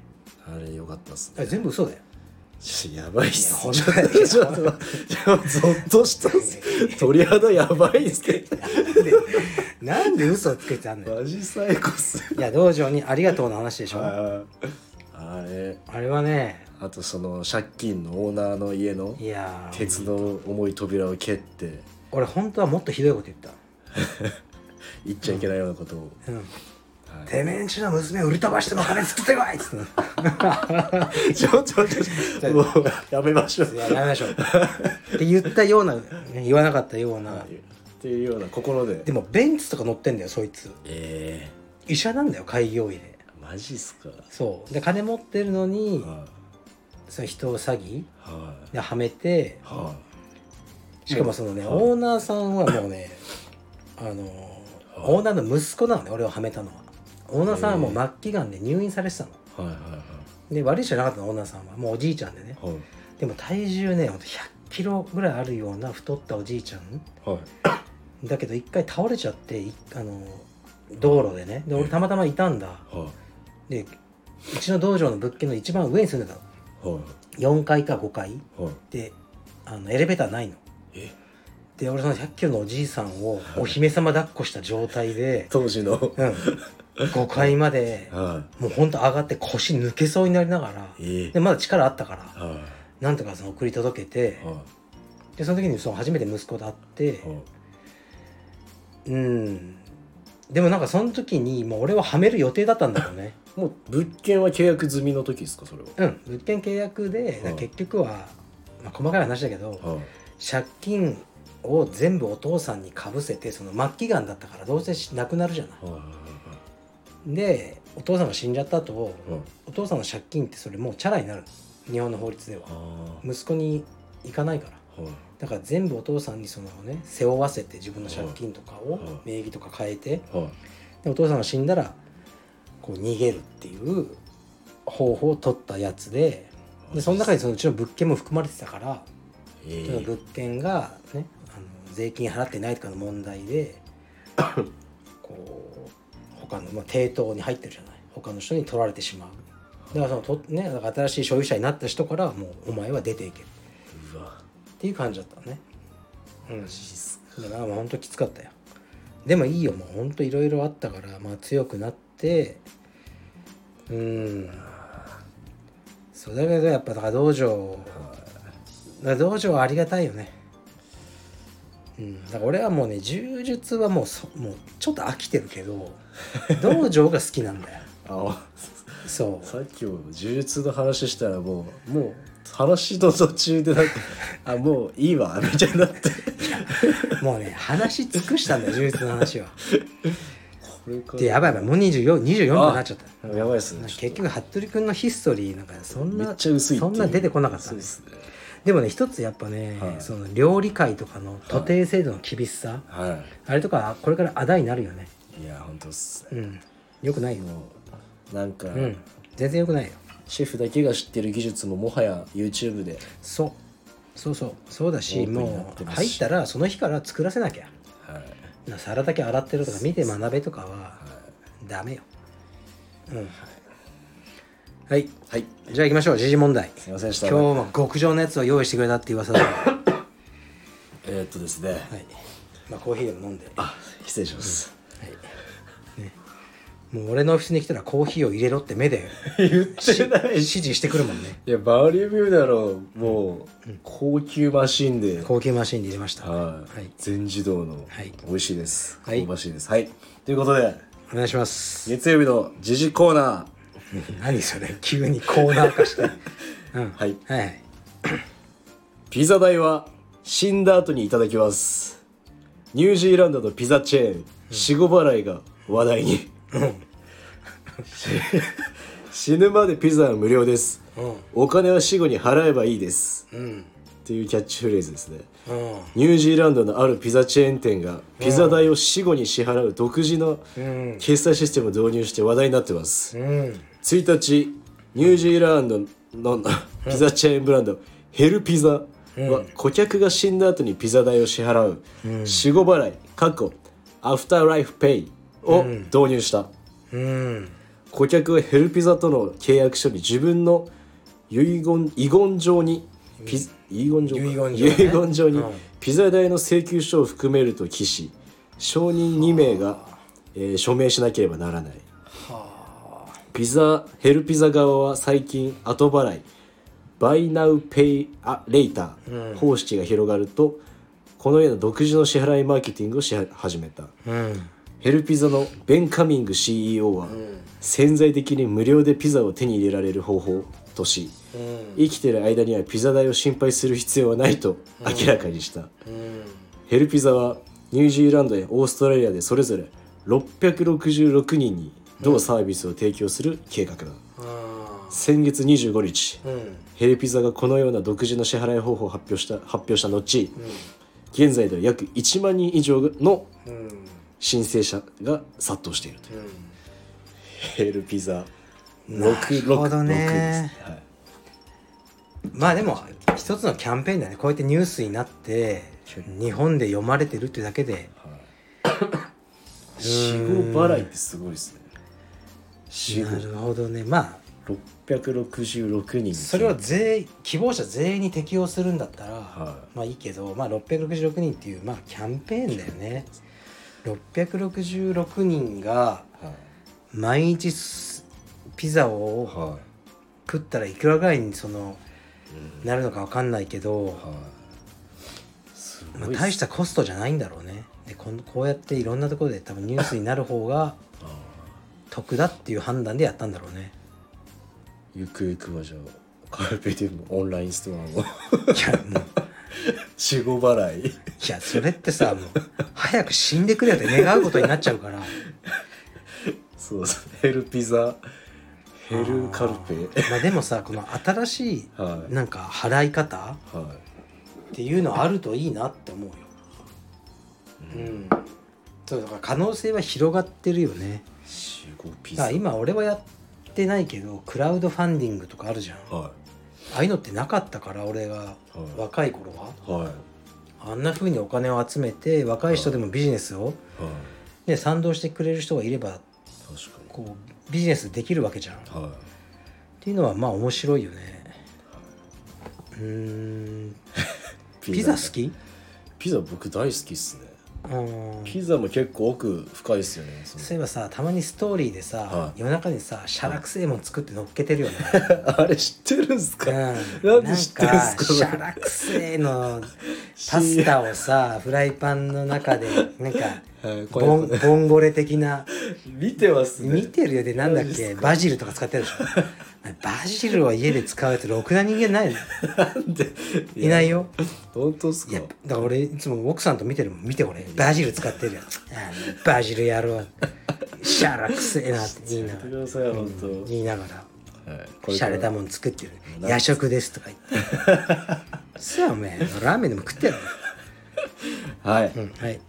[SPEAKER 2] あれ良かったっすね
[SPEAKER 1] あ全部嘘だよ
[SPEAKER 2] ちょやばいっす
[SPEAKER 1] いや
[SPEAKER 2] ちょっ
[SPEAKER 1] 本当だ
[SPEAKER 2] と
[SPEAKER 1] よ
[SPEAKER 2] ちょっとゾッとしたっす鳥肌やばいっすけど
[SPEAKER 1] [laughs] なんで嘘をつけてあんのよ
[SPEAKER 2] マジ最高っす
[SPEAKER 1] いや道場にありがとうの話でしょあ
[SPEAKER 2] ああれ
[SPEAKER 1] れはね
[SPEAKER 2] あとその借金のオーナーの家の
[SPEAKER 1] いやー
[SPEAKER 2] 鉄の重い扉を蹴って
[SPEAKER 1] 俺本当はもっとひどいこと言っ
[SPEAKER 2] 言っちゃいけないようなことを、
[SPEAKER 1] た、うん
[SPEAKER 2] はい
[SPEAKER 1] てめえんちの娘を売り飛ばしても金作ってこいっつって
[SPEAKER 2] ちょっと待ってもうやめましょう
[SPEAKER 1] [laughs] いややめましょうって言ったような言わなかったような
[SPEAKER 2] っていうような心で
[SPEAKER 1] でもベンツとか乗ってんだよそいつ
[SPEAKER 2] え
[SPEAKER 1] 医者なんだよ開業医で
[SPEAKER 2] ー、マジっすか
[SPEAKER 1] そうで金持ってるのに
[SPEAKER 2] はい
[SPEAKER 1] その人を詐欺
[SPEAKER 2] はい
[SPEAKER 1] ではめて
[SPEAKER 2] は
[SPEAKER 1] しかもそのね、
[SPEAKER 2] うん
[SPEAKER 1] オーナーさんはもうね、あのー、オーナーの息子なのね、俺をはめたのは。オーナーさんはもう末期がんで入院されてたの。
[SPEAKER 2] いはいはい
[SPEAKER 1] で、悪い人じゃなかったの、オーナーさんは。もうおじいちゃんでね。
[SPEAKER 2] はい
[SPEAKER 1] でも体重ね、ほんと100キロぐらいあるような太ったおじいちゃん。
[SPEAKER 2] はい
[SPEAKER 1] だけど、一回倒れちゃって、いあのー、道路でね。で、俺たまたまいたんだ。
[SPEAKER 2] はい
[SPEAKER 1] で、うちの道場の物件の一番上に住んでたの。
[SPEAKER 2] は
[SPEAKER 1] 4階か5階。
[SPEAKER 2] いはい
[SPEAKER 1] で、あのエレベーターないの。
[SPEAKER 2] え
[SPEAKER 1] で俺その1 0 0キロのおじいさんをお姫様抱っこした状態で、
[SPEAKER 2] 当時の
[SPEAKER 1] [laughs] うん、5階まで
[SPEAKER 2] は
[SPEAKER 1] もうほんと上がって腰抜けそうになりながら
[SPEAKER 2] いえ
[SPEAKER 1] でまだ力あったから
[SPEAKER 2] は
[SPEAKER 1] なんとかその送り届けて
[SPEAKER 2] いは
[SPEAKER 1] でその時にその初めて息子と会って
[SPEAKER 2] いはい
[SPEAKER 1] うんでもなんかその時にもう俺ははめる予定だったんだろうね
[SPEAKER 2] もう物件は契約済みの時ですかそれ
[SPEAKER 1] うん物件契約で
[SPEAKER 2] はい
[SPEAKER 1] 結局は、まあ、細かい話だけど
[SPEAKER 2] ははい
[SPEAKER 1] 借金を全部お父さんにかぶせてその末期がんだったからどうせしなくなるじゃない
[SPEAKER 2] はいは
[SPEAKER 1] でお父さんが死んじゃった後
[SPEAKER 2] いはい
[SPEAKER 1] お父さんの借金ってそれもうチャラになる日本の法律では
[SPEAKER 2] あ
[SPEAKER 1] 息子に行かないから
[SPEAKER 2] ーはい
[SPEAKER 1] だから全部お父さんにそのね背負わせて自分の借金とかを
[SPEAKER 2] はい
[SPEAKER 1] 名義とか変えて
[SPEAKER 2] はい
[SPEAKER 1] でお父さんが死んだらこう逃げるっていう方法を取ったやつででその中にそのうちの物件も含まれてたから
[SPEAKER 2] え
[SPEAKER 1] その
[SPEAKER 2] ー
[SPEAKER 1] 物件がねあの税金払ってないとかの問題で
[SPEAKER 2] [coughs]
[SPEAKER 1] こう他の、まあ、抵当に入ってるじゃない他の人に取られてしまうだからそのと、ね、だから新しい所有者になった人からもうお前は出ていけっ
[SPEAKER 2] うわ
[SPEAKER 1] ていう感じだったのね、うん、
[SPEAKER 2] マジっすか
[SPEAKER 1] だからもうほんときつかったよでもいいよもうほんといろいろあったから、まあ、強くなってうんそうだけどやっぱだから道場だから道場はありがたいよねうんだから俺はもうね柔術はもうそもうちょっと飽きてるけど道場が好きなんだよ
[SPEAKER 2] あ
[SPEAKER 1] そ
[SPEAKER 2] さっきも呪術の話したらもうもう話の途中でなんかあもういいわみたいになって
[SPEAKER 1] うもうね話し尽くしたんだよ柔術の話は
[SPEAKER 2] これか
[SPEAKER 1] でやばいやばいもう24 24分になっちゃった
[SPEAKER 2] ばやばいっすね
[SPEAKER 1] 結局服部君のヒストリーなんかそん
[SPEAKER 2] めっ
[SPEAKER 1] な
[SPEAKER 2] ちゃ薄いって
[SPEAKER 1] そ
[SPEAKER 2] いうん
[SPEAKER 1] な出てこなかった
[SPEAKER 2] そ
[SPEAKER 1] ね
[SPEAKER 2] うですね
[SPEAKER 1] でもね一つやっぱね、
[SPEAKER 2] はい
[SPEAKER 1] その料理界とかの徒弟制度の厳しさ、
[SPEAKER 2] は
[SPEAKER 1] あれとかこれからあだになるよね
[SPEAKER 2] いいや本当っすね
[SPEAKER 1] うんよくないよ
[SPEAKER 2] もうなんか、
[SPEAKER 1] うん全然よくないよ
[SPEAKER 2] シェフだけが知ってる技術ももはや YouTube で
[SPEAKER 1] そうそうそうそうだ
[SPEAKER 2] オー
[SPEAKER 1] し
[SPEAKER 2] プンにな
[SPEAKER 1] も
[SPEAKER 2] って
[SPEAKER 1] う
[SPEAKER 2] ます
[SPEAKER 1] 入ったらその日から作らせなきゃ
[SPEAKER 2] はい
[SPEAKER 1] な皿だけ洗ってるとか見て学べとかはダメようんはい
[SPEAKER 2] はい
[SPEAKER 1] じゃあ行きましょう時事問題
[SPEAKER 2] すいませんでし
[SPEAKER 1] 今
[SPEAKER 2] た
[SPEAKER 1] 日も極上のやつを用意してくれたっていう噂だは
[SPEAKER 2] えー、っとですね、
[SPEAKER 1] いまあコーヒーでも飲んで
[SPEAKER 2] あ失礼します、
[SPEAKER 1] もう俺のオフィスに来たらコーヒーを入れろって目で
[SPEAKER 2] 言ってない
[SPEAKER 1] 指示してくるもんね
[SPEAKER 2] いやバリューだろうもう、高級マシンで、
[SPEAKER 1] コーヒーマシンに入れましたは
[SPEAKER 2] はい
[SPEAKER 1] い
[SPEAKER 2] 全自動の、
[SPEAKER 1] はい
[SPEAKER 2] 美味しいです
[SPEAKER 1] はい
[SPEAKER 2] 香ばしいですはいということで
[SPEAKER 1] お願いします
[SPEAKER 2] 月曜日の時事コーナ
[SPEAKER 1] 何それ急にコーナー化して、うん、
[SPEAKER 2] はい
[SPEAKER 1] はいはい
[SPEAKER 2] ーピザ代は死んだ後にいただきますニュージーランドのピザチェーン死後払いが話題に、し [laughs] 死ぬまでピザは無料です
[SPEAKER 1] う
[SPEAKER 2] お金は死後に払えばいいです
[SPEAKER 1] んうん
[SPEAKER 2] っていうキャッチフレーズですね
[SPEAKER 1] うん
[SPEAKER 2] ニュージーランドのあるピザチェーン店がピザ代を死後に支払う独自の
[SPEAKER 1] うん
[SPEAKER 2] 決済システムを導入して話題になってます
[SPEAKER 1] うん
[SPEAKER 2] 1日ニュージーランドのピザチェーンブランドヘルピザは顧客が死んだ後にピザ代を支払う死後払い過去アフターライフペイを導入した
[SPEAKER 1] うん
[SPEAKER 2] 顧客はヘルピザとの契約書に自分の遺言遺言状にピ遺言状か
[SPEAKER 1] 遺言状ね
[SPEAKER 2] 遺言状に
[SPEAKER 1] うん
[SPEAKER 2] ピザ代の請求書を含めると記し証人2名が、えー署名しなければならないピザヘルピザ側は最近後払いバイナウペイあレイター方式が広がると、このような独自の支払いマーケティングをし始めた、
[SPEAKER 1] うん
[SPEAKER 2] ヘルピザのベン・カミング CEO は潜在的に無料でピザを手に入れられる方法とし生きてる間にはピザ代を心配する必要はないと明らかにしたヘルピザはニュージーランドやオーストラリアでそれぞれ666人に同サービスを提供する計画だ先月25日
[SPEAKER 1] うん
[SPEAKER 2] ヘルピザがこのような独自の支払い方法を発表した発表した後、現在では約1万人以上の
[SPEAKER 1] うん
[SPEAKER 2] 申請者が殺到しているという、ヘルピザ
[SPEAKER 1] るほど
[SPEAKER 2] 666で
[SPEAKER 1] ね
[SPEAKER 2] す、はい、
[SPEAKER 1] まあでも一つのキャンペーンだねこうやってニュースになって日本で読まれてるってだけで
[SPEAKER 2] 死後払いってすごいですね死
[SPEAKER 1] な
[SPEAKER 2] 後
[SPEAKER 1] るほどねまあ
[SPEAKER 2] 666人
[SPEAKER 1] それは全員希望者全員に適用するんだったら、
[SPEAKER 2] は
[SPEAKER 1] まあいいけど、まあ、666人っていう、まあ、キャンペーンだよね666人が
[SPEAKER 2] はい
[SPEAKER 1] 毎日すピザを
[SPEAKER 2] は
[SPEAKER 1] 食ったらいくらぐらいにそのなるのかわかんないけど、
[SPEAKER 2] いす
[SPEAKER 1] まあ、
[SPEAKER 2] ごいっす
[SPEAKER 1] 大したコストじゃないんだろうねでこんこうやっていろんなところで多分ニュースになる方が得だっていう判断でやったんだろうね
[SPEAKER 2] ゆくゆくはじゃあカルペディウムオンラインストアの
[SPEAKER 1] いやもう
[SPEAKER 2] 死後払い
[SPEAKER 1] いやそれってさもう早く死んでくれよって願うことになっちゃうから
[SPEAKER 2] そうですヘルピザヘルカルペ
[SPEAKER 1] まあでもさこの新しい
[SPEAKER 2] はい
[SPEAKER 1] なんか払い方
[SPEAKER 2] はい
[SPEAKER 1] っていうのあるといいなって思うようんそうだから可能性は広がってるよね
[SPEAKER 2] 死後ピ
[SPEAKER 1] だか
[SPEAKER 2] ザ
[SPEAKER 1] ら今俺はやってないけどクラウドファンディングとかあるじゃん
[SPEAKER 2] は
[SPEAKER 1] ああいうのってなかったから俺が
[SPEAKER 2] い
[SPEAKER 1] 若い頃はい
[SPEAKER 2] はいは
[SPEAKER 1] あんな風にお金を集めて若い人でもビジネスを、
[SPEAKER 2] い
[SPEAKER 1] ね、賛同してくれる人がいれば
[SPEAKER 2] 確かに
[SPEAKER 1] こうビジネスできるわけじゃんっ
[SPEAKER 2] は
[SPEAKER 1] ていうのはまあ面白いよねうーん
[SPEAKER 2] い
[SPEAKER 1] ピザ好き
[SPEAKER 2] ピザ僕大好きっすね
[SPEAKER 1] うん
[SPEAKER 2] ピザも結構奥深いっすよねその
[SPEAKER 1] そういえばさたまにストーリーでさ、
[SPEAKER 2] はい
[SPEAKER 1] 夜中にさしゃらくせえもん作って乗っけてるよね、
[SPEAKER 2] [laughs] あれ知ってるんす
[SPEAKER 1] う
[SPEAKER 2] か、
[SPEAKER 1] ん、
[SPEAKER 2] [laughs] なんで知ってるん
[SPEAKER 1] なん
[SPEAKER 2] す
[SPEAKER 1] か
[SPEAKER 2] か
[SPEAKER 1] しゃらくせえのパスタをさフライパンの中でなんか
[SPEAKER 2] はい [laughs] これ
[SPEAKER 1] ボンボンゴレ的な
[SPEAKER 2] 見てますね
[SPEAKER 1] 見てるよでなんだっけバジルとか使ってるでしょバジルを家で使うやつろくな人間ないの
[SPEAKER 2] なんで
[SPEAKER 1] いないよ
[SPEAKER 2] 本当っす
[SPEAKER 1] い
[SPEAKER 2] か
[SPEAKER 1] やだから俺いつも奥さんと見てるもん見てこれバジル使ってるやつあのバジルやろうしゃらくせえなって言いな
[SPEAKER 2] やって
[SPEAKER 1] が
[SPEAKER 2] く
[SPEAKER 1] ら
[SPEAKER 2] ださい本当、
[SPEAKER 1] 言いながら
[SPEAKER 2] はい、
[SPEAKER 1] しゃれた
[SPEAKER 2] も
[SPEAKER 1] もん作ってる夜食ですとか言って [laughs] さあおめえラーメンでも食ってろ、
[SPEAKER 2] はい、
[SPEAKER 1] うん、はい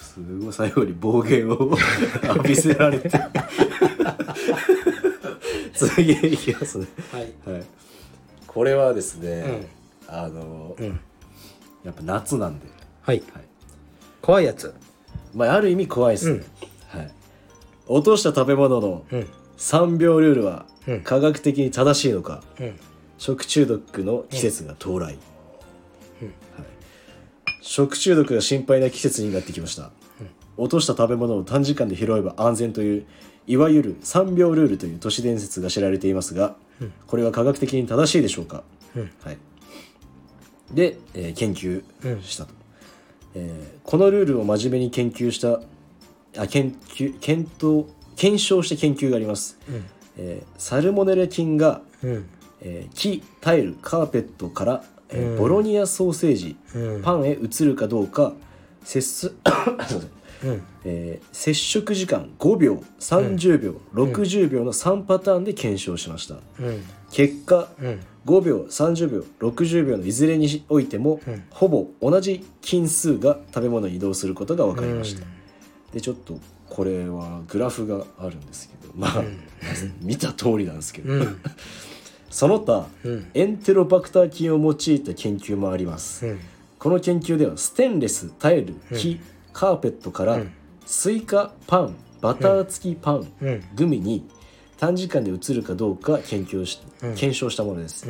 [SPEAKER 2] すごい最後に暴言 [laughs] を浴びせら [laughs] れて次いきますね
[SPEAKER 1] はい
[SPEAKER 2] はいこれはですね、
[SPEAKER 1] ん
[SPEAKER 2] あの、
[SPEAKER 1] ん
[SPEAKER 2] やっぱ夏なんで、
[SPEAKER 1] はい
[SPEAKER 2] はい
[SPEAKER 1] 怖いやつ
[SPEAKER 2] まあ、ある意味怖いですね、はい、落とした食べ物の
[SPEAKER 1] うん
[SPEAKER 2] 3秒ルールは
[SPEAKER 1] うん
[SPEAKER 2] 科学的に正しいのか、
[SPEAKER 1] うん
[SPEAKER 2] 食中毒の季節が到来、はい、食中毒が心配な季節になってきました、落とした食べ物を短時間で拾えば安全といういわゆる3秒ルールという都市伝説が知られていますが、これは科学的に正しいでしょうか、はい、で、えー研究したと、えーこのルールを真面目に研究したあ研究検討検証した研究があります、えーサルモネラ菌が
[SPEAKER 1] うん
[SPEAKER 2] えー木タイルカーペットから、えーボロニアソーセージ、
[SPEAKER 1] うん
[SPEAKER 2] パンへ移るかどうか接 [coughs] すすいません
[SPEAKER 1] うん
[SPEAKER 2] えー接触時間5秒30秒、60秒の3パターンで検証しました、
[SPEAKER 1] うん
[SPEAKER 2] 結果、
[SPEAKER 1] うん
[SPEAKER 2] 5秒30秒60秒のいずれにおいても、ほぼ同じ菌数が食べ物に移動することが分かりました、でちょっとこれはグラフがあるんですけどまあ、見た通りなんですけど、
[SPEAKER 1] うん
[SPEAKER 2] その他、
[SPEAKER 1] うん
[SPEAKER 2] エンテロバクター菌を用いた研究もあります、
[SPEAKER 1] うん
[SPEAKER 2] この研究ではステンレスタイル木、カーペットから、スイカパンバター付きパン、
[SPEAKER 1] うん
[SPEAKER 2] グミに短時間で移るかどうか研究し、検証したものです、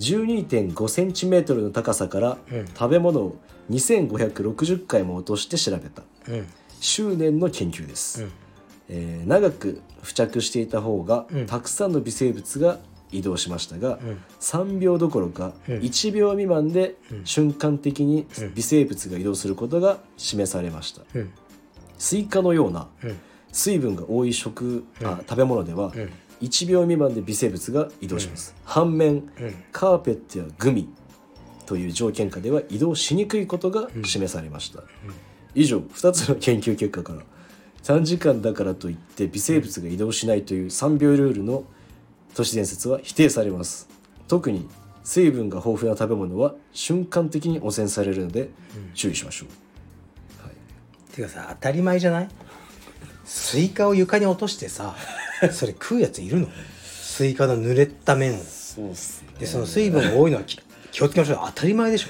[SPEAKER 2] 12.5センチメートルの高さから、食べ物を2560回も落として調べた
[SPEAKER 1] うん
[SPEAKER 2] 執念の研究です、
[SPEAKER 1] うん
[SPEAKER 2] えー長く付着していた方が、
[SPEAKER 1] うん
[SPEAKER 2] たくさんの微生物が移動しましたが、
[SPEAKER 1] ん
[SPEAKER 2] 3秒どころか
[SPEAKER 1] うん
[SPEAKER 2] 1秒未満で瞬間的に
[SPEAKER 1] うん
[SPEAKER 2] 微生物が移動することが示されました、
[SPEAKER 1] うん
[SPEAKER 2] スイカのような
[SPEAKER 1] うん
[SPEAKER 2] 水分が多い食、あ食べ物では、
[SPEAKER 1] ん
[SPEAKER 2] 1秒未満で微生物が移動します、反面、
[SPEAKER 1] うん
[SPEAKER 2] カーペットやグミという条件下では移動しにくいことが示されました、以上2つの研究結果から3時間だからといって微生物が移動しないという3秒ルールの都市伝説は否定されます特に水分が豊富な食べ物は瞬間的に汚染されるので注意しましょう、
[SPEAKER 1] ていうかさ当たり前じゃないスイカを床に落としてさそれ食うやついるのスイカの濡れた面を
[SPEAKER 2] そうですね
[SPEAKER 1] でその水分が多いのはき気をつけましょう当たり前でしょ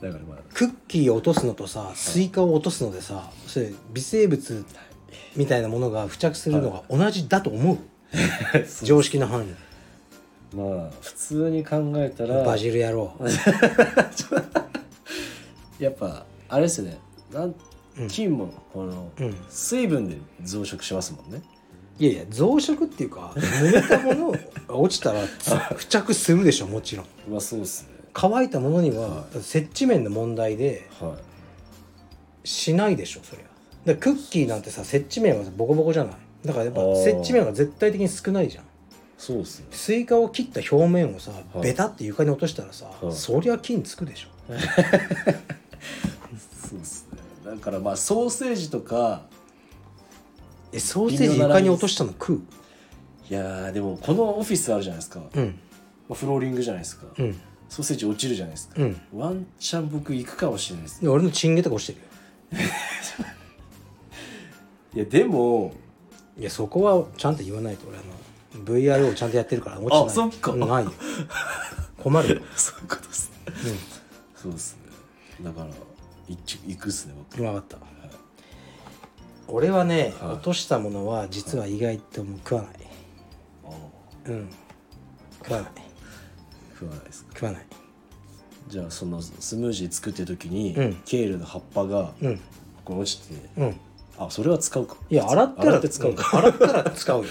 [SPEAKER 2] だからまあ
[SPEAKER 1] クッキーを落とすのとさスイカを落とすのでさそれ微生物みたいなものが付着するのが同じだと [laughs] 思う常識の範囲
[SPEAKER 2] まあ普通に考えたら
[SPEAKER 1] バジル野郎
[SPEAKER 2] やっぱあれですねなん菌もこの
[SPEAKER 1] うん
[SPEAKER 2] 水分で増殖しますもんね、
[SPEAKER 1] いやいや増殖っていうか濡れたものが落ちたらつ付着するでしょもちろん
[SPEAKER 2] まあそうですね
[SPEAKER 1] 乾いたものには接地面の問題で
[SPEAKER 2] は
[SPEAKER 1] しないでしょそりゃだからクッキーなんてさ接地面はボコボコじゃないだからやっぱ
[SPEAKER 2] あー
[SPEAKER 1] 接地面が絶対的に少ないじゃん
[SPEAKER 2] いそうですね
[SPEAKER 1] スイカを切った表面をさ、
[SPEAKER 2] い
[SPEAKER 1] ベタって床に落としたらさ、
[SPEAKER 2] い
[SPEAKER 1] そりゃ菌つくでしょ
[SPEAKER 2] そうですねだからまあソーセージとか
[SPEAKER 1] えソーセージ床に落としたの食う
[SPEAKER 2] いやーでもこのオフィスあるじゃないですか、ま
[SPEAKER 1] うん
[SPEAKER 2] あフローリングじゃないですか、
[SPEAKER 1] うん
[SPEAKER 2] ソーセージ落ちるじゃないですか、
[SPEAKER 1] うん
[SPEAKER 2] ワンチャン僕行くかもしれないですね
[SPEAKER 1] で俺のチンゲとか落ちてるよ
[SPEAKER 2] いやでも [laughs]
[SPEAKER 1] いやそこはちゃんと言わないと俺あの VRO をちゃんとやってるから落ちない
[SPEAKER 2] あそっか
[SPEAKER 1] ないよ困るよ
[SPEAKER 2] そういうことですね、そうですねだから行っち行くっすね僕
[SPEAKER 1] 分かった俺はね、落としたものは実は意外ともう食わない、
[SPEAKER 2] ああ
[SPEAKER 1] うん食わない
[SPEAKER 2] 食わないですか
[SPEAKER 1] 食わない
[SPEAKER 2] じゃあそのスムージー作ってる時に、
[SPEAKER 1] うん
[SPEAKER 2] ケールの葉っぱが
[SPEAKER 1] うん
[SPEAKER 2] ここに落ちて、
[SPEAKER 1] うん
[SPEAKER 2] あそれは使うか
[SPEAKER 1] いや洗ったら
[SPEAKER 2] 洗って使うか、
[SPEAKER 1] ん洗ったら使うよ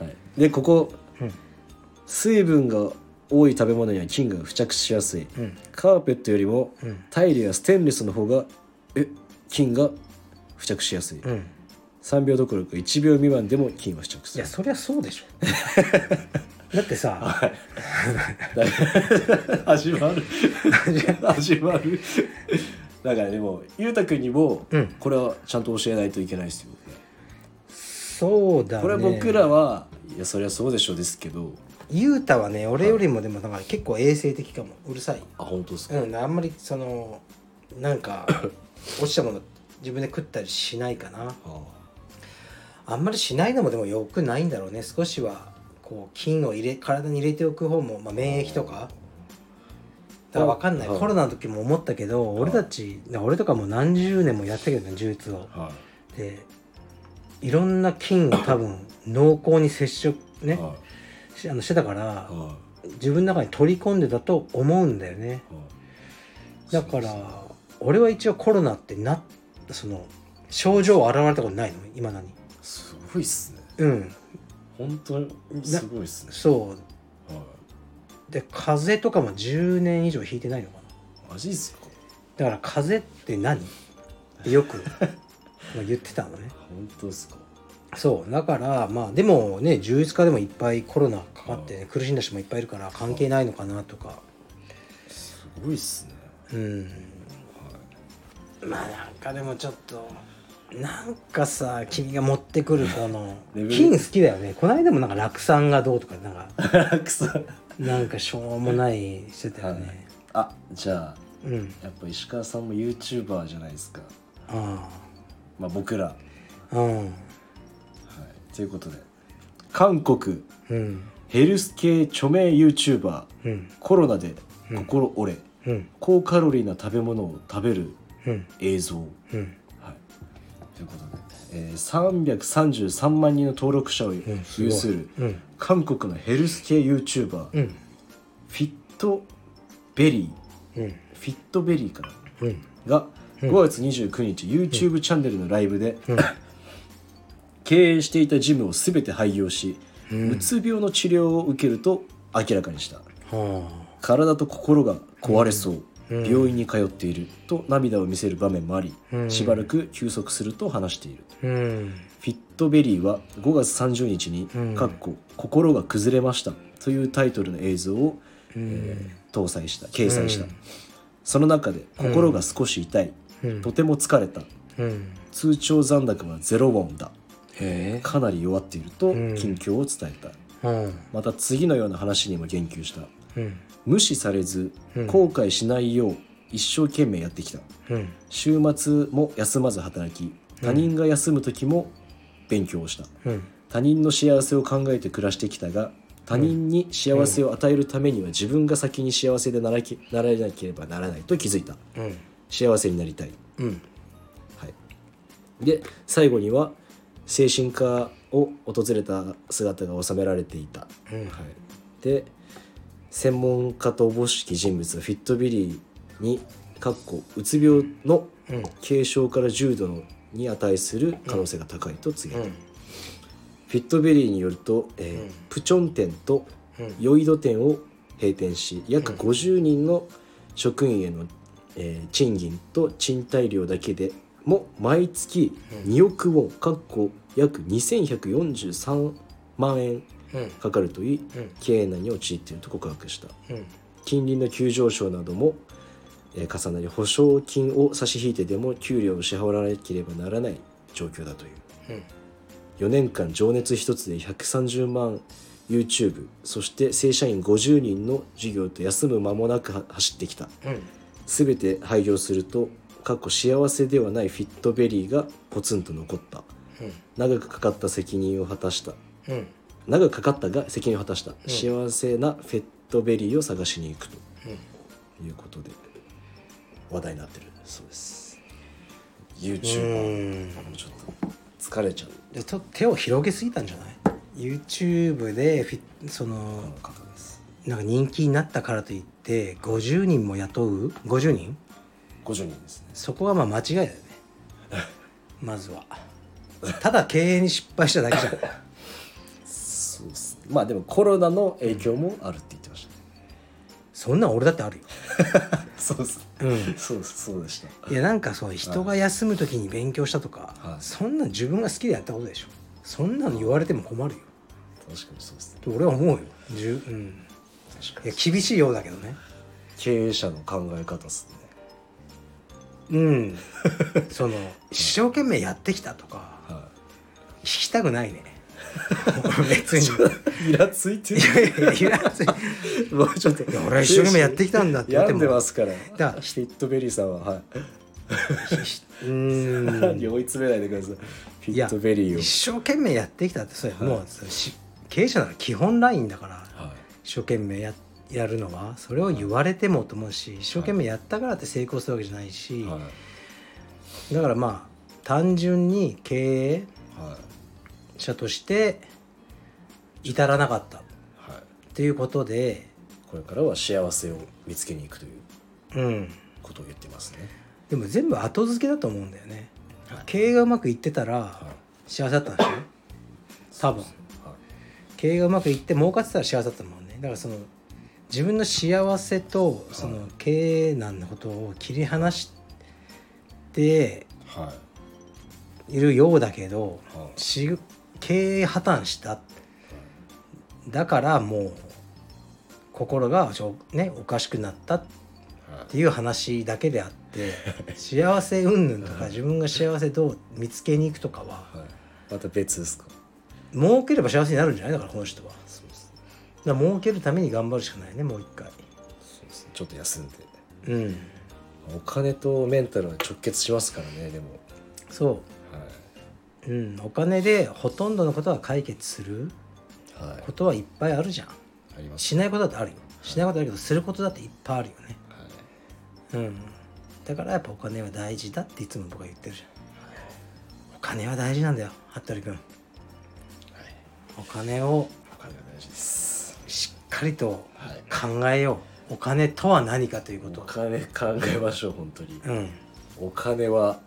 [SPEAKER 2] はい、でここ、
[SPEAKER 1] うん
[SPEAKER 2] 水分が多い食べ物には菌が付着しやすい、
[SPEAKER 1] うん
[SPEAKER 2] カーペットよりも、
[SPEAKER 1] うん
[SPEAKER 2] タイルやステンレスの方がえ菌が付着しやすい、
[SPEAKER 1] うん
[SPEAKER 2] 3秒どころか1秒未満でも菌は付着す
[SPEAKER 1] い
[SPEAKER 2] る
[SPEAKER 1] やそりゃそう [laughs] でしょだってさ
[SPEAKER 2] [laughs] 始
[SPEAKER 1] [laughs]
[SPEAKER 2] まる始まるだからでもゆうたくんにも、
[SPEAKER 1] うん
[SPEAKER 2] これはちゃんと教えないといけないですよ
[SPEAKER 1] そうだね
[SPEAKER 2] これは僕らは、いやそりゃそうでしょうですけど
[SPEAKER 1] 雄太はね俺よりもでもなんか結構衛生的かもうるさい
[SPEAKER 2] あ本当ですか、
[SPEAKER 1] うんあんまりそのなん [laughs] か落ちたもの自分で食ったりしないかな
[SPEAKER 2] あ
[SPEAKER 1] あんまりしないのもでも良くないんだろうね少しはこう菌を入れ体に入れておく方も、まあ、免疫とかだから分かんない
[SPEAKER 2] はい
[SPEAKER 1] コロナの時も思ったけど俺たち俺とかもう何十年もやったけどね呪術を
[SPEAKER 2] あはい
[SPEAKER 1] でいろんな菌を多
[SPEAKER 2] [laughs]
[SPEAKER 1] 分濃厚に接触ね
[SPEAKER 2] はい
[SPEAKER 1] しあのしてたから
[SPEAKER 2] はいは
[SPEAKER 1] 自分の中に取り込んでたと思うんだよね
[SPEAKER 2] い
[SPEAKER 1] だから
[SPEAKER 2] そう
[SPEAKER 1] 俺は一応コロナってなその症状を現れたことないの今何
[SPEAKER 2] ですすごいっすね
[SPEAKER 1] うん
[SPEAKER 2] 本当にすごいっすね
[SPEAKER 1] そう
[SPEAKER 2] は
[SPEAKER 1] で風邪とかも10年以上引いてないのかない
[SPEAKER 2] マジっすか
[SPEAKER 1] だから風邪って何って
[SPEAKER 2] [laughs]
[SPEAKER 1] よくまあ言ってたのね
[SPEAKER 2] 本当ですか
[SPEAKER 1] そうだからまあでもね11日でもいっぱいコロナかかってね、苦しんだ人もいっぱいいるから関係ないのかなとか
[SPEAKER 2] すごいっすね [laughs]
[SPEAKER 1] うんまあなんかでもちょっとなんかさ君が持ってくるこの
[SPEAKER 2] [laughs] レベル
[SPEAKER 1] 金好きだよねこの間もなんか落産がどうとかなんか
[SPEAKER 2] 草
[SPEAKER 1] なんかしょうもないしてたよね、
[SPEAKER 2] あじゃあ
[SPEAKER 1] うん
[SPEAKER 2] やっぱ石川さんも YouTuber じゃないですか
[SPEAKER 1] あ
[SPEAKER 2] まあ僕らは
[SPEAKER 1] あうん
[SPEAKER 2] いということで韓国
[SPEAKER 1] うん
[SPEAKER 2] ヘルス系著名 YouTuber
[SPEAKER 1] うん
[SPEAKER 2] コロナで心折れ、
[SPEAKER 1] うん
[SPEAKER 2] 高カロリーな食べ物を食べる
[SPEAKER 1] うん
[SPEAKER 2] 映像、は
[SPEAKER 1] うん
[SPEAKER 2] い、ということで、えー、333万人の登録者を
[SPEAKER 1] すごい
[SPEAKER 2] 有する、
[SPEAKER 1] うん
[SPEAKER 2] 韓国のヘルス系
[SPEAKER 1] う
[SPEAKER 2] YouTuber、
[SPEAKER 1] ん
[SPEAKER 2] フィットベリ
[SPEAKER 1] うん
[SPEAKER 2] ーフィットベリーかな
[SPEAKER 1] うん
[SPEAKER 2] が5月29日、YouTube チャンネルのライブで、経営していたジムを全て廃業し、うつ病の治療を受けると明らかにした
[SPEAKER 1] は
[SPEAKER 2] 体と心が壊れそう、病院に通っていると涙を見せる場面もあり、しばらく休息すると話している
[SPEAKER 1] あうん
[SPEAKER 2] フィットベリーは5月30日に「かっこ心が崩れました」というタイトルの映像を、えー搭載した掲載した、その中で「心が少し痛い」とても疲れた」
[SPEAKER 1] うん
[SPEAKER 2] 通帳残高はゼロウォンだ」
[SPEAKER 1] へ
[SPEAKER 2] かなり弱っていると
[SPEAKER 1] ん
[SPEAKER 2] 近況を伝えた、
[SPEAKER 1] えうん
[SPEAKER 2] また次のような話にも言及した
[SPEAKER 1] うん
[SPEAKER 2] 無視されず後悔しないよう一生懸命やってきた
[SPEAKER 1] うん
[SPEAKER 2] 週末も休まず働き他人が休む時も勉強をした、
[SPEAKER 1] うん
[SPEAKER 2] 他人の幸せを考えて暮らしてきたが他人に幸せを与えるためには自分が先に幸せでならきならなければならないと気づいた
[SPEAKER 1] うん
[SPEAKER 2] 幸せになりたい、
[SPEAKER 1] うん
[SPEAKER 2] はい、で最後には精神科を訪れた姿が収められていた、
[SPEAKER 1] うん
[SPEAKER 2] はい、で専門家とおぼしき人物はフィットビリーにかっこうつ病の
[SPEAKER 1] うん
[SPEAKER 2] 軽症から重度のに値する可能性が高いと告げた、
[SPEAKER 1] うん
[SPEAKER 2] フィットベリーによると、えー
[SPEAKER 1] うん
[SPEAKER 2] プチョン店と
[SPEAKER 1] うん
[SPEAKER 2] ヨイド店を閉店し約50人の職員への、えー賃金と賃貸料だけでも毎月2億ウォンかっこ約2143万円
[SPEAKER 1] うん
[SPEAKER 2] かかるといい
[SPEAKER 1] うん
[SPEAKER 2] 経営難に陥っていると告白した
[SPEAKER 1] うん
[SPEAKER 2] 近隣の急上昇なども、えー重なり保証金を差し引いてでも給料を支払わなければならない状況だとい
[SPEAKER 1] う
[SPEAKER 2] う
[SPEAKER 1] ん
[SPEAKER 2] 4年間情熱一つで130万 YouTube そして正社員50人の事業と休む間もなくは走ってきた
[SPEAKER 1] うん
[SPEAKER 2] 全て廃業するとかっこ幸せではないフィットベリーがポツンと残った長くかかった責任を果たした
[SPEAKER 1] うん
[SPEAKER 2] 長くかかったが責任を果たした、幸せなフィットベリーを探しに行くということで話題になってるそうです YouTuber もうちょっと疲れちゃう
[SPEAKER 1] でと手を広げすぎたんじゃない YouTube でフィその
[SPEAKER 2] 方です
[SPEAKER 1] なんか人気になったからといって50人も雇う50人
[SPEAKER 2] 50人ですね
[SPEAKER 1] そこはまあ間違いだよねまずはただ経営に失敗しただけじゃん
[SPEAKER 2] そうっすまあでもコロナの影響もあるって言ってましたね、
[SPEAKER 1] そんなん俺だってあるよ [laughs]
[SPEAKER 2] そうっす、
[SPEAKER 1] うん
[SPEAKER 2] そうっすそうでした
[SPEAKER 1] いやなんかそう人が休む時に勉強したとか、
[SPEAKER 2] はい
[SPEAKER 1] そんなん自分が好きでやったことでしょそんなの言われても困るよ
[SPEAKER 2] 確かにそうっすね
[SPEAKER 1] と俺は思うよじゅ、うん、
[SPEAKER 2] 確
[SPEAKER 1] い
[SPEAKER 2] か
[SPEAKER 1] や
[SPEAKER 2] に
[SPEAKER 1] 厳しいようだけどね
[SPEAKER 2] 経営者の考え方っすね
[SPEAKER 1] うん [laughs] その一生懸命やってきたとか
[SPEAKER 2] は
[SPEAKER 1] [laughs] 聞きたくないね
[SPEAKER 2] い
[SPEAKER 1] 別に
[SPEAKER 2] ちょっ
[SPEAKER 1] [laughs]
[SPEAKER 2] とイラついてる
[SPEAKER 1] いやいやいや
[SPEAKER 2] もうちょっと
[SPEAKER 1] や俺は一生懸命やってきたんだって
[SPEAKER 2] 病んでますか
[SPEAKER 1] だ
[SPEAKER 2] ら
[SPEAKER 1] から
[SPEAKER 2] ヒットベリーさんは、は
[SPEAKER 1] うー
[SPEAKER 2] い、 [laughs]
[SPEAKER 1] ん
[SPEAKER 2] さらに追い詰めないでくださいヒ
[SPEAKER 1] いや
[SPEAKER 2] ットベリーを、
[SPEAKER 1] 一生懸命やってきたってそれ、
[SPEAKER 2] い
[SPEAKER 1] もうそれし経営者なら基本ラインだから
[SPEAKER 2] は
[SPEAKER 1] 一生懸命ややるのはそれを言われてもと思うし一生懸命やったからって成功するわけじゃない
[SPEAKER 2] い
[SPEAKER 1] し、
[SPEAKER 2] はい
[SPEAKER 1] だからまあ単純に経営
[SPEAKER 2] は
[SPEAKER 1] 者として至らなかったっ
[SPEAKER 2] いはい
[SPEAKER 1] ていうことで
[SPEAKER 2] これからは幸せを見つけに行くという
[SPEAKER 1] うん
[SPEAKER 2] ことを言ってますね
[SPEAKER 1] でも全部後付けだと思うんだよね、
[SPEAKER 2] はい
[SPEAKER 1] 経営がうまくいってたら
[SPEAKER 2] はい
[SPEAKER 1] 幸せだったんでしょ多分
[SPEAKER 2] はい
[SPEAKER 1] 経営がうまくいって儲かってたら幸せだったもんねだからその自分の幸せとその経営難のことを切り離して
[SPEAKER 2] はい
[SPEAKER 1] いるようだけど
[SPEAKER 2] はい
[SPEAKER 1] し経営破綻しただからもう心がちょ、ね、おかしくなったっ
[SPEAKER 2] は
[SPEAKER 1] ていう話だけであって幸せ云々とか自分が幸せどう見つけに行くとかはい
[SPEAKER 2] はいまた別ですか
[SPEAKER 1] 儲ければ幸せになるんじゃないだからこの人はだか
[SPEAKER 2] そうですね
[SPEAKER 1] ら儲けるために頑張るしかないねもう一回
[SPEAKER 2] そうですねちょっと休んで
[SPEAKER 1] うん
[SPEAKER 2] お金とメンタルは直結しますからねでも
[SPEAKER 1] そ
[SPEAKER 2] は
[SPEAKER 1] う、うん、お金でほとんどのことは解決する
[SPEAKER 2] いはい
[SPEAKER 1] ことはいっぱいあるじゃん
[SPEAKER 2] あります
[SPEAKER 1] しないことだってあるよしないことあるけどすることだっていっぱいあるよね
[SPEAKER 2] はい
[SPEAKER 1] うんだからやっぱお金は大事だっていつも僕は言ってるじゃんお金は大事なんだよ服部君
[SPEAKER 2] はい
[SPEAKER 1] お金を
[SPEAKER 2] お金が大事です
[SPEAKER 1] しっかりと
[SPEAKER 2] はい
[SPEAKER 1] 考えようお金とは何かというこ
[SPEAKER 2] お
[SPEAKER 1] と
[SPEAKER 2] 金考えましょう本当に
[SPEAKER 1] うん
[SPEAKER 2] お金は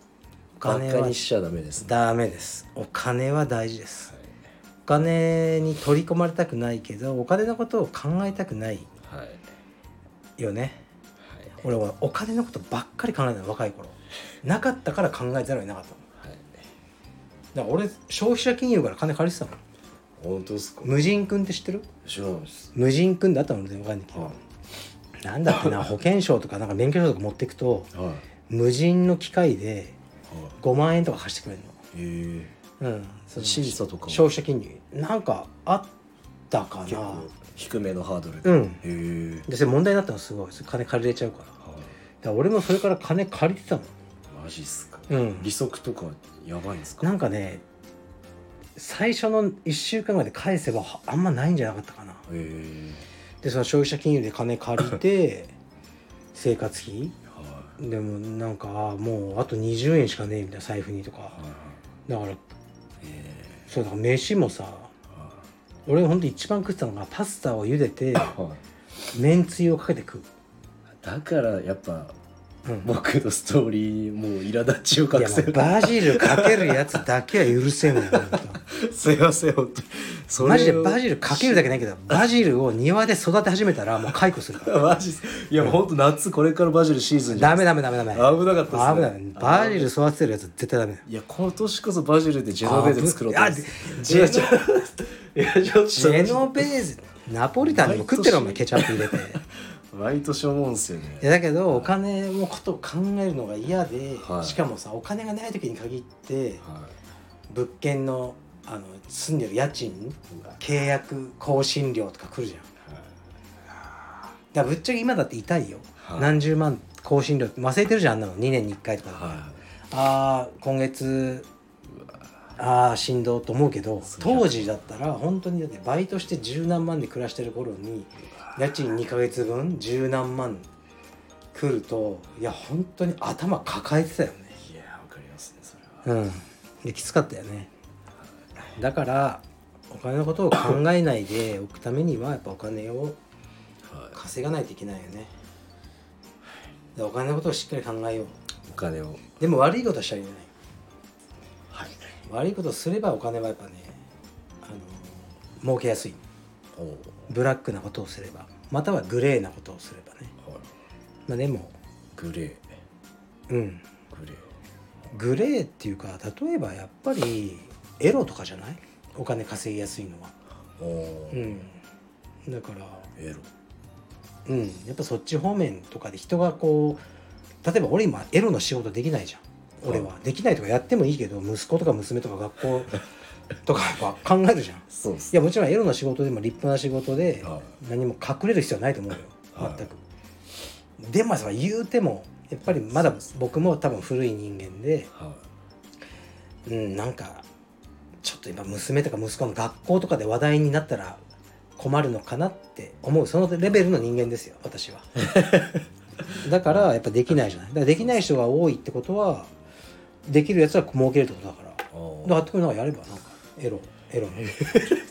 [SPEAKER 1] お
[SPEAKER 2] バ
[SPEAKER 1] 金
[SPEAKER 2] カ
[SPEAKER 1] は
[SPEAKER 2] にしちゃダメですね
[SPEAKER 1] ダメですお金は大事です
[SPEAKER 2] は
[SPEAKER 1] お金に取り込まれたくないけどお金のことを考えたくない
[SPEAKER 2] いはい
[SPEAKER 1] よね
[SPEAKER 2] はい
[SPEAKER 1] 俺はお金のことばっかり考えたの若い頃なかったから考えざるを得なかったの
[SPEAKER 2] はい
[SPEAKER 1] だから俺消費者金融から金借りてたもん
[SPEAKER 2] 本当ですか
[SPEAKER 1] 無人君って知ってる
[SPEAKER 2] 知らないです
[SPEAKER 1] 無人君だったので分かんないけど、
[SPEAKER 2] は
[SPEAKER 1] なんだ [laughs] ってな保険証とかなんか免許証とか持ってくと
[SPEAKER 2] いはいはい
[SPEAKER 1] 無人の機械で5万円とか貸してくれる
[SPEAKER 2] へえ
[SPEAKER 1] のうんその
[SPEAKER 2] 審査とかも
[SPEAKER 1] 消費者金融なんかあったか
[SPEAKER 2] 結
[SPEAKER 1] な
[SPEAKER 2] 構低めのハードルで、
[SPEAKER 1] うん
[SPEAKER 2] へえ、
[SPEAKER 1] でそれ問題になったのすごいそれ金借りれちゃうからだか
[SPEAKER 2] は
[SPEAKER 1] ら俺もそれから金借りてたの
[SPEAKER 2] い、マジっすか、
[SPEAKER 1] うん
[SPEAKER 2] 利息とかやばいんですか
[SPEAKER 1] なんかね最初の1週間ぐらいで返せばはあんまないんじゃなかったかな
[SPEAKER 2] へえ
[SPEAKER 1] でその消費者金融で金借り [laughs] て生活費
[SPEAKER 2] は
[SPEAKER 1] でもなんかあーもうあと20円しかねえみたいな財布にと
[SPEAKER 2] い
[SPEAKER 1] か
[SPEAKER 2] はいはい
[SPEAKER 1] だから
[SPEAKER 2] え
[SPEAKER 1] そうだから飯もさ
[SPEAKER 2] えは
[SPEAKER 1] 俺ほんと一番食ってたのがパスタを茹で [laughs] て
[SPEAKER 2] いはい
[SPEAKER 1] めんつゆをかけて食う、
[SPEAKER 2] [laughs] だからやっぱ
[SPEAKER 1] うん、
[SPEAKER 2] 僕のストーリーもう苛立ちを隠せ
[SPEAKER 1] いやもう
[SPEAKER 2] る
[SPEAKER 1] バジルかけるやつだけは許せんのよほんと
[SPEAKER 2] すいません本当にそれを
[SPEAKER 1] マジでバジルかけるだけないけどバジルを庭で育て始めたらもう解雇する
[SPEAKER 2] [laughs]
[SPEAKER 1] から
[SPEAKER 2] マジっすいや本当夏これからバジルシーズンじゃ
[SPEAKER 1] ダ
[SPEAKER 2] ん
[SPEAKER 1] メダメダメダメ
[SPEAKER 2] 危なかったっ
[SPEAKER 1] 危
[SPEAKER 2] す
[SPEAKER 1] ない
[SPEAKER 2] ね
[SPEAKER 1] バジル育ててるやつ絶対ダメだよ
[SPEAKER 2] いや今年こそバジルでジェノベーゼ作ろうと思って
[SPEAKER 1] あぶ
[SPEAKER 2] いやちょっといやちょっと
[SPEAKER 1] ジェノベーゼナポリタンでも食ってるお前ケチャップ入れ
[SPEAKER 2] [laughs]
[SPEAKER 1] てい
[SPEAKER 2] 毎年思うんですよね
[SPEAKER 1] やだけどお金のことを考えるのが嫌で、
[SPEAKER 2] はい
[SPEAKER 1] しかもさお金がない時に限って
[SPEAKER 2] は
[SPEAKER 1] 物件のあの住んでる家賃
[SPEAKER 2] うわ
[SPEAKER 1] 契約更新料とか来るじゃんだか
[SPEAKER 2] いはい
[SPEAKER 1] らぶっちゃけ今だって痛いよ、
[SPEAKER 2] はい
[SPEAKER 1] 何十万更新料って忘れてるじゃんあんなの2年に1回とかだから、
[SPEAKER 2] は
[SPEAKER 1] あー今月ああしんどいと思うけど当時だったら本当にだってバイトして十何万で暮らしてる頃に家賃2ヶ月分十何万来るといや本当に頭抱えてたよね
[SPEAKER 2] いいやわかりますねそれは
[SPEAKER 1] うんできつかったよねだからお金のことを考えないでおくためにはやっぱお金を
[SPEAKER 2] はい
[SPEAKER 1] 稼がないといけないよねでお金のことをしっかり考えよう
[SPEAKER 2] お金を
[SPEAKER 1] でも悪いことはしちゃいけない
[SPEAKER 2] はい
[SPEAKER 1] 悪いことすればお金はやっぱねあの儲けやすい
[SPEAKER 2] おお
[SPEAKER 1] ブラックなことをすればまたはグレーなことをすればね、まあ、でも
[SPEAKER 2] グレー
[SPEAKER 1] うん
[SPEAKER 2] グレー
[SPEAKER 1] グレーっていうか例えばやっぱりエロとかじゃないお金稼ぎやすいのは
[SPEAKER 2] おお、
[SPEAKER 1] うんだから
[SPEAKER 2] エロ
[SPEAKER 1] うんやっぱそっち方面とかで人がこう例えば俺今エロの仕事できないじゃん俺は、できないとかやってもいいけど息子とか娘とか学校とかやっぱ考えるじゃんい
[SPEAKER 2] そうです
[SPEAKER 1] やもちろんエロの仕事でも立派な仕事で
[SPEAKER 2] は
[SPEAKER 1] 何も隠れる必要はないと思うよ
[SPEAKER 2] はい
[SPEAKER 1] 全く、でもさ言うてもやっぱりまだ僕も多分古い人間で
[SPEAKER 2] は
[SPEAKER 1] うんなんかちょっと今娘とか息子の学校とかで話題になったら困るのかなって思うそのレベルの人間ですよ私
[SPEAKER 2] [laughs]
[SPEAKER 1] はだからやっぱできないじゃないだからできない人が多いってことはできるやつは儲けるってことだからだか
[SPEAKER 2] いお
[SPEAKER 1] ら
[SPEAKER 2] ー
[SPEAKER 1] あっこなんかやればなんかエロ [laughs] エロの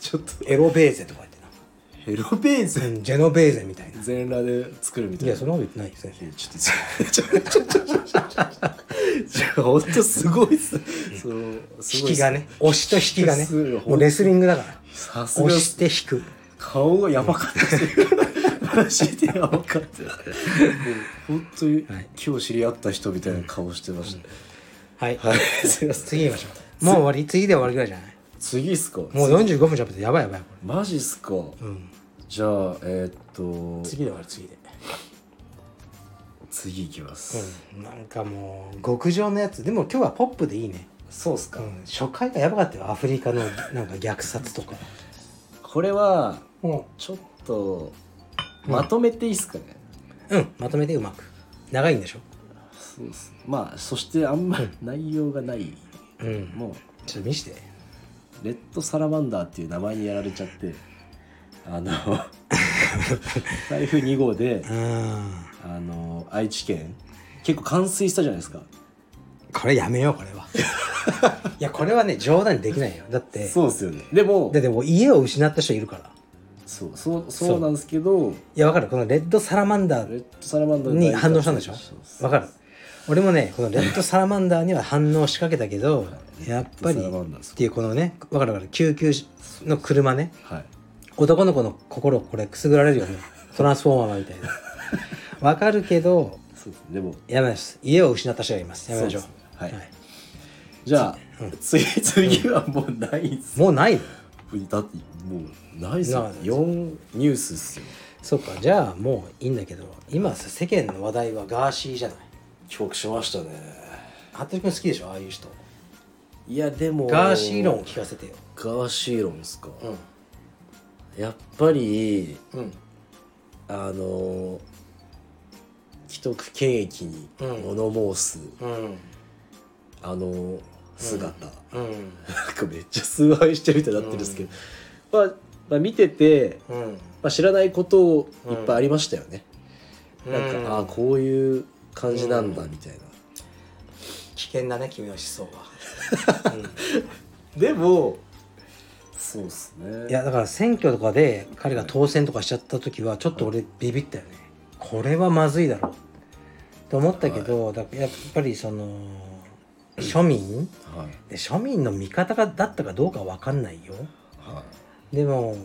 [SPEAKER 2] ちょっと
[SPEAKER 1] エロベーゼとか言ってなんか
[SPEAKER 2] ヘロベーゼ
[SPEAKER 1] うんジェノベーゼみたいな
[SPEAKER 2] 全裸で作るみ
[SPEAKER 1] い
[SPEAKER 2] たいな
[SPEAKER 1] やそんなこと言ってないですね
[SPEAKER 2] いやちょっとちょっとちょっとちょっとちょっとちょっと本当すごいっすそのす
[SPEAKER 1] 引
[SPEAKER 2] ごいっす
[SPEAKER 1] きがね押しと引きがね
[SPEAKER 2] すごい
[SPEAKER 1] もうレスリングだから
[SPEAKER 2] さすがっ
[SPEAKER 1] 押し
[SPEAKER 2] す
[SPEAKER 1] て引く
[SPEAKER 2] 顔がやばかったっすマジでやばかったもう本当に
[SPEAKER 1] はい
[SPEAKER 2] 今日知り合った人みたいな顔してました、
[SPEAKER 1] はい、
[SPEAKER 2] はいすいませ
[SPEAKER 1] [laughs]
[SPEAKER 2] ん
[SPEAKER 1] 次行きましょうもう終わり次で終わりぐらいじゃない
[SPEAKER 2] 次っすか
[SPEAKER 1] もう45分喋ってやばいやばいこ
[SPEAKER 2] マジっすか
[SPEAKER 1] れ、うん、
[SPEAKER 2] じゃあえーっと
[SPEAKER 1] 次で終わる次で、
[SPEAKER 2] 次いきます、
[SPEAKER 1] うん、なんかもう極上のやつでも今日はポップでいいね、
[SPEAKER 2] そうっす
[SPEAKER 1] う
[SPEAKER 2] か、
[SPEAKER 1] ん、初回がやばかったよアフリカのなんか虐殺と
[SPEAKER 2] [laughs]
[SPEAKER 1] か
[SPEAKER 2] これは
[SPEAKER 1] うん、
[SPEAKER 2] ちょっとまとめていいっすかね、
[SPEAKER 1] うん、まとめてうまく長いんでしょ
[SPEAKER 2] そうっすまあそしてあんまり内容がない、
[SPEAKER 1] うん
[SPEAKER 2] もう
[SPEAKER 1] ちょっと見して
[SPEAKER 2] レッドサラマンダーっていう名前にやられちゃって
[SPEAKER 1] [laughs]
[SPEAKER 2] あの台風2号で
[SPEAKER 1] うん
[SPEAKER 2] あの愛知県結構冠水したじゃないですか
[SPEAKER 1] これやめようこれは [laughs] いやこれはね冗談にできないよだって
[SPEAKER 2] そうですよねでも
[SPEAKER 1] ででも家を失った人いるから
[SPEAKER 2] そうそうそうなんですけど
[SPEAKER 1] いやわかるこのレッドサラマンダ
[SPEAKER 2] レッ
[SPEAKER 1] ー
[SPEAKER 2] ドサラマンダー
[SPEAKER 1] に反応したんでしょ
[SPEAKER 2] そうそう
[SPEAKER 1] わかる俺もねこのレッドサラマンダーには反応しかけたけ
[SPEAKER 2] [laughs]
[SPEAKER 1] どやっぱり
[SPEAKER 2] レッドサラマンダーです
[SPEAKER 1] っていうこのねわかるわかる救急の車ね
[SPEAKER 2] はい
[SPEAKER 1] 男の子の心をこれくすぐられる
[SPEAKER 2] [laughs]
[SPEAKER 1] よねトランスフォーマーみたいなわかるけど
[SPEAKER 2] そうですねでも
[SPEAKER 1] やめましょう家を失った人がいますやめましょう
[SPEAKER 2] そうですねはいじゃあ、次次はもうないっす
[SPEAKER 1] もうないの
[SPEAKER 2] だってもうないっすよ
[SPEAKER 1] ないです
[SPEAKER 2] 4ニュースっすよ
[SPEAKER 1] そっかじゃあもういいんだけど今さ世間の話題はガーシーじゃない
[SPEAKER 2] 帰国しましたね
[SPEAKER 1] 服部君好きでしょああいう人
[SPEAKER 2] いやでも
[SPEAKER 1] ガーシー論を聞かせてよ
[SPEAKER 2] ガーシー論ですか、
[SPEAKER 1] う
[SPEAKER 2] やっぱり
[SPEAKER 1] んうん
[SPEAKER 2] あの既得権益に
[SPEAKER 1] うん
[SPEAKER 2] 物申す、
[SPEAKER 1] うん
[SPEAKER 2] あの姿、
[SPEAKER 1] うん
[SPEAKER 2] なんかめっちゃ崇拝してるみたいになってるんですけど、まあ、まあ見てて、
[SPEAKER 1] うん
[SPEAKER 2] まあ、知らないこといっぱいありましたよね、なんか、
[SPEAKER 1] うん
[SPEAKER 2] ああこういう感じなんだみたいな、
[SPEAKER 1] 危険だね君の思想は
[SPEAKER 2] でもそうっすね
[SPEAKER 1] いやだから選挙とかで彼が当選とかしちゃった時はちょっと俺ビビったよねこれはまずいだろうと思ったけど、だからやっぱりその庶民
[SPEAKER 2] はい
[SPEAKER 1] で庶民の味方がだったかどうかは分かんないよ
[SPEAKER 2] はい
[SPEAKER 1] でも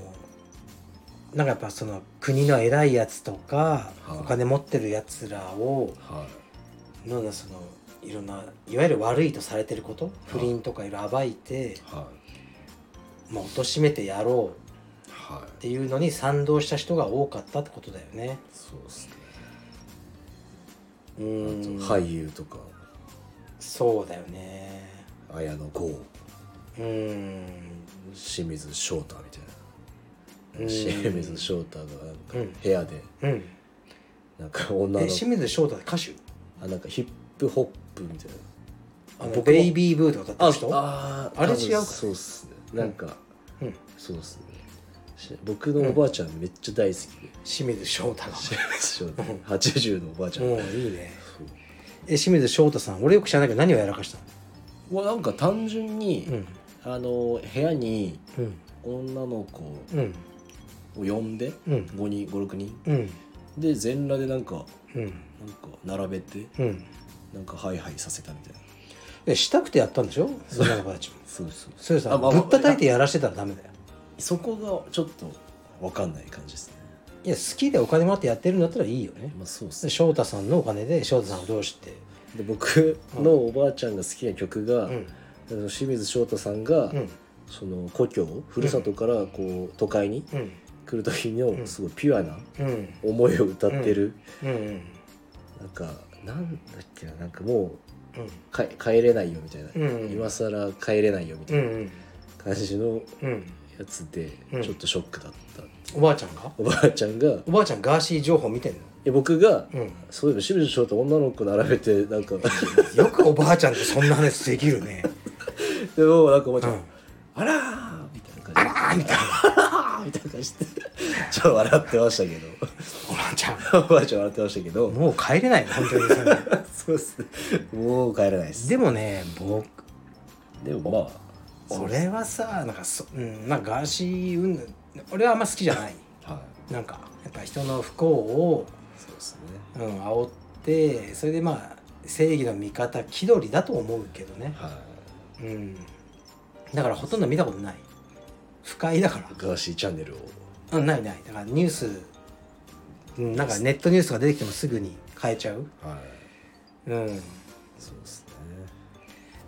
[SPEAKER 1] なんかやっぱその国の偉いやつとか、
[SPEAKER 2] はい
[SPEAKER 1] お金持ってるやつらを
[SPEAKER 2] はい
[SPEAKER 1] なんだそのいろんないわゆる悪いとされてること不倫とかいろいろ暴いて、
[SPEAKER 2] はい
[SPEAKER 1] まあ貶めてやろう
[SPEAKER 2] はい
[SPEAKER 1] っていうのに賛同した人が多かったってことだよね。
[SPEAKER 2] そうっすね
[SPEAKER 1] う
[SPEAKER 2] あと
[SPEAKER 1] ん、
[SPEAKER 2] 俳優とか
[SPEAKER 1] そうだよね。
[SPEAKER 2] 綾野剛
[SPEAKER 1] うん、
[SPEAKER 2] 清水翔太みたいな
[SPEAKER 1] うん
[SPEAKER 2] 清水翔太がなんか
[SPEAKER 1] うん
[SPEAKER 2] 部屋で
[SPEAKER 1] うん。
[SPEAKER 2] なんか女
[SPEAKER 1] え
[SPEAKER 2] の
[SPEAKER 1] 清水翔太歌手？
[SPEAKER 2] あなんかヒップホップみたい
[SPEAKER 1] あ
[SPEAKER 2] な
[SPEAKER 1] の
[SPEAKER 2] 僕も
[SPEAKER 1] ベイビーブーとか歌
[SPEAKER 2] あ
[SPEAKER 1] ってる人？
[SPEAKER 2] あー
[SPEAKER 1] あれ
[SPEAKER 2] 多分
[SPEAKER 1] 違うか
[SPEAKER 2] そうっすねなんか
[SPEAKER 1] うん。
[SPEAKER 2] そうっすねし僕のおばあちゃんめっちゃ大好きで
[SPEAKER 1] 清水翔太が。
[SPEAKER 2] 清水翔太80のおば [laughs] あちゃん
[SPEAKER 1] も
[SPEAKER 2] そう
[SPEAKER 1] いいね。え清水翔太さん、俺よく知らないけど何をやらかしたの？
[SPEAKER 2] うわなんか単純にあの部屋に
[SPEAKER 1] うん
[SPEAKER 2] 女の子を
[SPEAKER 1] うん
[SPEAKER 2] 呼んで
[SPEAKER 1] うん
[SPEAKER 2] 5人56人
[SPEAKER 1] うん
[SPEAKER 2] で全裸でなんか
[SPEAKER 1] うん
[SPEAKER 2] なんか並べて
[SPEAKER 1] うん。
[SPEAKER 2] なんかハイハイさせたみたいな
[SPEAKER 1] えしたくてやったんでし
[SPEAKER 2] [laughs]
[SPEAKER 1] ょ？その子たちも。
[SPEAKER 2] そうそう
[SPEAKER 1] それさ、
[SPEAKER 2] あまあ
[SPEAKER 1] ぶったたいてやらしてたらダメだよ。
[SPEAKER 2] そこがちょっと分かんない感じですね
[SPEAKER 1] いや好きでお金もらってやってるんだったらいいよね。
[SPEAKER 2] まあそうっす
[SPEAKER 1] で
[SPEAKER 2] ね
[SPEAKER 1] 翔太さんのお金で翔太さんをどうして、
[SPEAKER 2] で僕のおばあちゃんが好きな曲が、
[SPEAKER 1] うん
[SPEAKER 2] あの清水翔太さんが、
[SPEAKER 1] うん
[SPEAKER 2] その故郷ふるさとからこう都会に
[SPEAKER 1] うん
[SPEAKER 2] 来る時のすごいピュアな
[SPEAKER 1] うん
[SPEAKER 2] 思いを歌ってる、
[SPEAKER 1] うんうん
[SPEAKER 2] なんかなんだっけななんかも
[SPEAKER 1] うん
[SPEAKER 2] うか帰れないよみたいな、
[SPEAKER 1] うん
[SPEAKER 2] 今更帰れないよみた
[SPEAKER 1] う
[SPEAKER 2] い
[SPEAKER 1] ん
[SPEAKER 2] な、
[SPEAKER 1] うん
[SPEAKER 2] 感じの
[SPEAKER 1] うん
[SPEAKER 2] やつで
[SPEAKER 1] うん
[SPEAKER 2] ちょっとショックだった、
[SPEAKER 1] おばあちゃんが
[SPEAKER 2] おばあちゃんが
[SPEAKER 1] おばあちゃんガーシー情報見てんの
[SPEAKER 2] え僕が、
[SPEAKER 1] うん
[SPEAKER 2] そういえば清水翔と女の子並べてなんか [laughs]
[SPEAKER 1] よくおばあちゃんってそんな話できるね
[SPEAKER 2] でもなんかおばあちゃん、
[SPEAKER 1] うん
[SPEAKER 2] あらーみたいな感じあらみたいなみたいな感じで [laughs] ちょっと笑ってましたけ
[SPEAKER 1] おばあちゃん
[SPEAKER 2] ど [laughs] おばあちゃん笑ってましたけど
[SPEAKER 1] もう帰れないの本当にそれ
[SPEAKER 2] [laughs] そうですねもう帰れないです
[SPEAKER 1] でもね僕
[SPEAKER 2] でもまあ
[SPEAKER 1] 俺はさなんかそ、うん、なんかガーシーうん俺はあんま好きじゃない
[SPEAKER 2] はい
[SPEAKER 1] なんかやっぱ人の不幸を、
[SPEAKER 2] そうですね
[SPEAKER 1] うん、煽ってそれでまあ正義の味方気取りだと思うけどね、
[SPEAKER 2] は
[SPEAKER 1] うん、だからほとんど見たことない不快だから
[SPEAKER 2] いガーシーチャンネルを
[SPEAKER 1] うんないないだからニュースうんなんかネットニュースが出てきてもすぐに変えちゃう、
[SPEAKER 2] はい
[SPEAKER 1] うん、
[SPEAKER 2] そうですね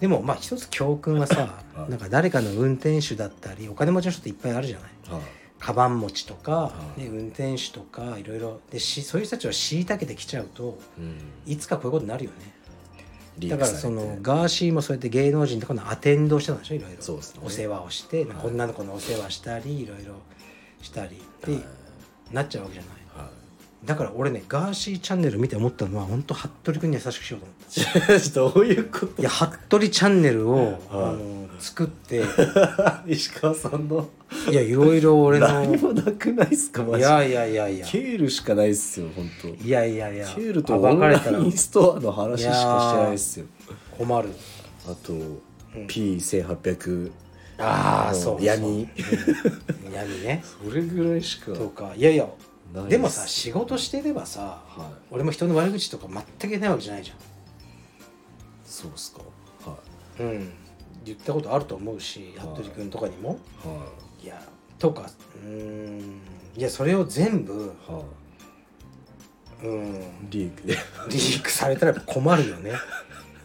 [SPEAKER 1] でもまあ一つ教訓はさ
[SPEAKER 2] はい
[SPEAKER 1] なんか誰かの運転手だったりお金持ちの人っていっぱいあるじゃない
[SPEAKER 2] はい
[SPEAKER 1] カバン持ちとか、
[SPEAKER 2] い
[SPEAKER 1] ね、運転手とかいろいろでしそういう人たちを虐げてきちゃうと
[SPEAKER 2] うん
[SPEAKER 1] いつかこういうことになるよね
[SPEAKER 2] リー
[SPEAKER 1] だ
[SPEAKER 2] ク
[SPEAKER 1] から
[SPEAKER 2] されて
[SPEAKER 1] そのガーシーもそうやって芸能人とかのアテンドをしてたんでしょいろいろ
[SPEAKER 2] そうですね
[SPEAKER 1] お世話をして、なんか女の子のお世話したりいろいろしたりってなっちゃうわけじゃない
[SPEAKER 2] は
[SPEAKER 1] だから俺ねガーシーチャンネル見て思ったのは本当服部君に優しくしようと思った
[SPEAKER 2] いどういうこ
[SPEAKER 1] い
[SPEAKER 2] と
[SPEAKER 1] や服部チャンネルを、
[SPEAKER 2] はい
[SPEAKER 1] あの作って
[SPEAKER 2] 石川さんの
[SPEAKER 1] いやいろいろ俺の
[SPEAKER 2] [laughs] 何もなくないっすかマ
[SPEAKER 1] い
[SPEAKER 2] ジで
[SPEAKER 1] やいやいやいや
[SPEAKER 2] ケールしかないっすよ本当ケ
[SPEAKER 1] いやいやいや
[SPEAKER 2] ールとオ
[SPEAKER 1] 暴
[SPEAKER 2] ン
[SPEAKER 1] か
[SPEAKER 2] ラ
[SPEAKER 1] れたら
[SPEAKER 2] インストアの話しかしてないっすよ
[SPEAKER 1] 困る
[SPEAKER 2] あと P1800
[SPEAKER 1] ああ
[SPEAKER 2] の
[SPEAKER 1] そうそう
[SPEAKER 2] 闇
[SPEAKER 1] うん闇ね
[SPEAKER 2] それぐらいしか
[SPEAKER 1] とかいやいや
[SPEAKER 2] ない
[SPEAKER 1] でもさ仕事してればさ、
[SPEAKER 2] はい
[SPEAKER 1] 俺も人の悪口とか全く言えないわけじゃないじ
[SPEAKER 2] そうっすかは
[SPEAKER 1] ゃん、うん、言ったことあると思うし
[SPEAKER 2] はい
[SPEAKER 1] 服部君とかにも
[SPEAKER 2] いはい
[SPEAKER 1] やとかうーんいやそれを全部
[SPEAKER 2] いは
[SPEAKER 1] うん
[SPEAKER 2] いリークで [laughs]
[SPEAKER 1] リークされたら困るよね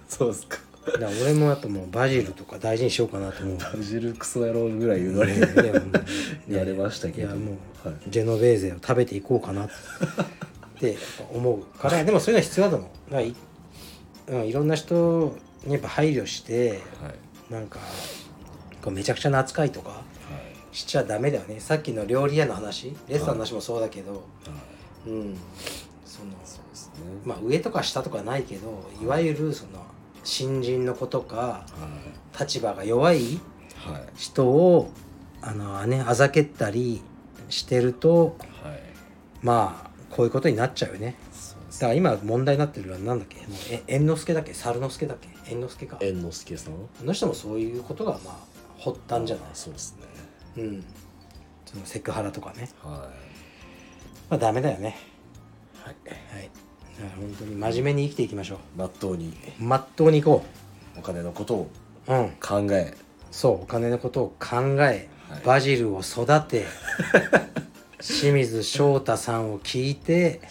[SPEAKER 2] そうっすか
[SPEAKER 1] だから俺もやっぱもうバジルとか大事にしようかなと思う
[SPEAKER 2] バジルクソ野郎ぐらい言われ
[SPEAKER 1] いやいやもう
[SPEAKER 2] 言われましたけど
[SPEAKER 1] いやもう、
[SPEAKER 2] はい
[SPEAKER 1] ジェノベーゼを食べていこうか [laughs] なってやっぱ思うからでもそういうのは必要だと思うだからい,、うん、いろんな人にやっぱ配慮して
[SPEAKER 2] はいはい
[SPEAKER 1] なんかこうめちゃくちゃな扱いとかしちゃダメだよねさっきの料理屋の話レストランの話もそうだけど、うんその
[SPEAKER 2] そうですね
[SPEAKER 1] まあ上とか下とかないけどいわゆるその新人の子とか
[SPEAKER 2] は
[SPEAKER 1] 立場が弱い
[SPEAKER 2] いはい
[SPEAKER 1] 人をあの、ね、あざけったりしてると
[SPEAKER 2] はい
[SPEAKER 1] まあこういうことになっちゃうよね
[SPEAKER 2] そうで
[SPEAKER 1] だ
[SPEAKER 2] す
[SPEAKER 1] から今問題になってるのはなんだっけもうえ猿之助だっけ猿之助だっけ猿之助か
[SPEAKER 2] 猿之助さん
[SPEAKER 1] あの人もそういうことがまあ発端じゃない
[SPEAKER 2] そうですね
[SPEAKER 1] うんそのセクハラとかね
[SPEAKER 2] は
[SPEAKER 1] まあダメだよね
[SPEAKER 2] いはい
[SPEAKER 1] はいだから本当に真面目に生きていきましょう
[SPEAKER 2] まっとうに
[SPEAKER 1] まっとうに行こ
[SPEAKER 2] お金のことを
[SPEAKER 1] ううん
[SPEAKER 2] 考え
[SPEAKER 1] そうお金のことを考え、
[SPEAKER 2] はい
[SPEAKER 1] バジルを育 [laughs] て清水翔太さんを聞いて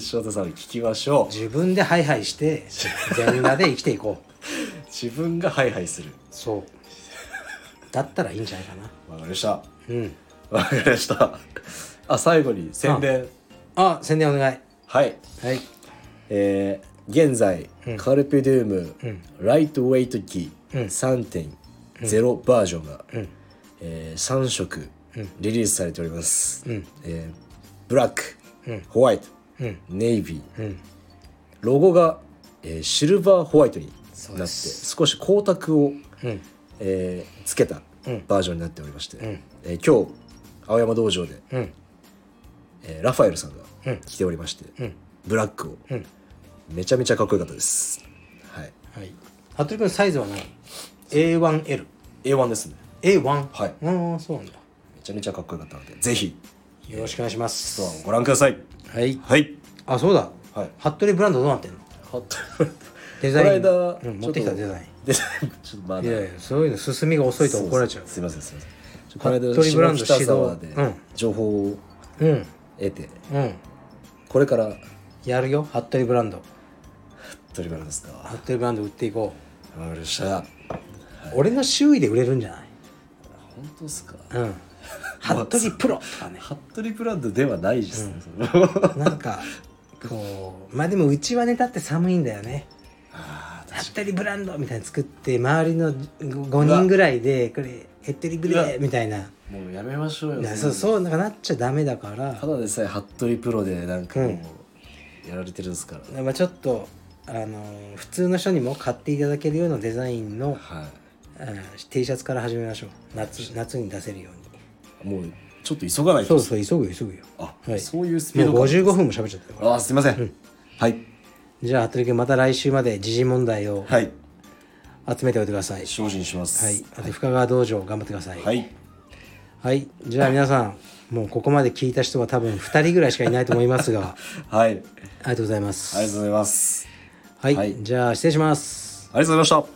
[SPEAKER 2] 翔太さんに聞きましょう
[SPEAKER 1] 自分でハイハイして全裸で生きていこう
[SPEAKER 2] 自分がハイハイする
[SPEAKER 1] そうだったらいいんじゃないかな
[SPEAKER 2] わかりました
[SPEAKER 1] うん
[SPEAKER 2] わかりましたあ最後に宣伝
[SPEAKER 1] あ宣伝お願いはい
[SPEAKER 2] はいえー現在、カルペディウム、ライトウェイト機3.0バージョンが、え3色リリースされております、えーブラック、ホワイト、ネイビー、ロゴが、えーシルバーホワイトに
[SPEAKER 1] そう
[SPEAKER 2] な
[SPEAKER 1] で
[SPEAKER 2] って
[SPEAKER 1] す
[SPEAKER 2] 少し光沢を、えーつけたバージョンになっておりまして、えー今日青山道場で、
[SPEAKER 1] うん
[SPEAKER 2] えーラファエルさんが来ておりまして、ブラックを、めちゃめちゃかっこよかったです、はい、
[SPEAKER 1] はい服部君サイズは何 A1LA1
[SPEAKER 2] A1 ですねはい
[SPEAKER 1] ああそうなんだ
[SPEAKER 2] めちゃめちゃかっこよかったのでぜひ
[SPEAKER 1] よろしくお願いしま
[SPEAKER 2] ストアを
[SPEAKER 1] す
[SPEAKER 2] ご覧ください
[SPEAKER 1] はい
[SPEAKER 2] はい
[SPEAKER 1] あそうだ、
[SPEAKER 2] はい
[SPEAKER 1] 服部ブランドどうなってんの
[SPEAKER 2] こ
[SPEAKER 1] デザイン
[SPEAKER 2] この間
[SPEAKER 1] うん、持ってきた
[SPEAKER 2] [laughs] ち
[SPEAKER 1] デ
[SPEAKER 2] ょっと
[SPEAKER 1] ザイン
[SPEAKER 2] デザインちょっとま
[SPEAKER 1] い
[SPEAKER 2] だ
[SPEAKER 1] やいやそういうの進みが遅いと怒られちゃう
[SPEAKER 2] すいませんすいませんちょこの間
[SPEAKER 1] 服部ブランド
[SPEAKER 2] 下北沢で
[SPEAKER 1] 指導うん
[SPEAKER 2] 情報を
[SPEAKER 1] うん
[SPEAKER 2] 得て
[SPEAKER 1] うん
[SPEAKER 2] これから
[SPEAKER 1] やるよ服部ブランド
[SPEAKER 2] トリバルですかわか
[SPEAKER 1] 服部ブランド売っていこ
[SPEAKER 2] りました本
[SPEAKER 1] う、俺の周囲で売れるんじゃない
[SPEAKER 2] 当ですか
[SPEAKER 1] うん服部プロとかね
[SPEAKER 2] 服部ブランドではないですね、 [laughs]
[SPEAKER 1] なんかこうまあでもうちはネタって寒いんだよね
[SPEAKER 2] ああ
[SPEAKER 1] 服部ブランドみたいに作って周りの5人ぐらいでこれ減ってるぐらいみたいな
[SPEAKER 2] もうやめましょうよ
[SPEAKER 1] いやそう
[SPEAKER 2] う
[SPEAKER 1] そうなんかなっちゃダメだから
[SPEAKER 2] ただでさえ服部プロでなんかもうやられてるんですから、
[SPEAKER 1] まあちょっとあのー普通の人にも買っていただけるようなデザインの、う
[SPEAKER 2] は
[SPEAKER 1] ん T シャツから始めましょう夏夏に出せるように
[SPEAKER 2] いもうちょっと急がない
[SPEAKER 1] そ
[SPEAKER 2] と
[SPEAKER 1] うそう急ぐよ急ぐよ
[SPEAKER 2] あ、
[SPEAKER 1] はい
[SPEAKER 2] そういうスピード
[SPEAKER 1] もう
[SPEAKER 2] 感
[SPEAKER 1] 55分も喋っちゃったよ
[SPEAKER 2] あすいません、はい
[SPEAKER 1] じゃあ服部君また来週まで時事問題を
[SPEAKER 2] はい
[SPEAKER 1] 集めておいてください、
[SPEAKER 2] 精進します
[SPEAKER 1] はい、あと深川道場頑張ってください、
[SPEAKER 2] はい
[SPEAKER 1] はい、じゃあ皆さんもうここまで聞いた人は多分2人ぐらいしかいないと思いますが [laughs]
[SPEAKER 2] はい
[SPEAKER 1] あ
[SPEAKER 2] あり
[SPEAKER 1] りがとうございま
[SPEAKER 2] がとう
[SPEAKER 1] す
[SPEAKER 2] ございます
[SPEAKER 1] はい、
[SPEAKER 2] はい
[SPEAKER 1] じゃあ失礼します
[SPEAKER 2] ありがとうございました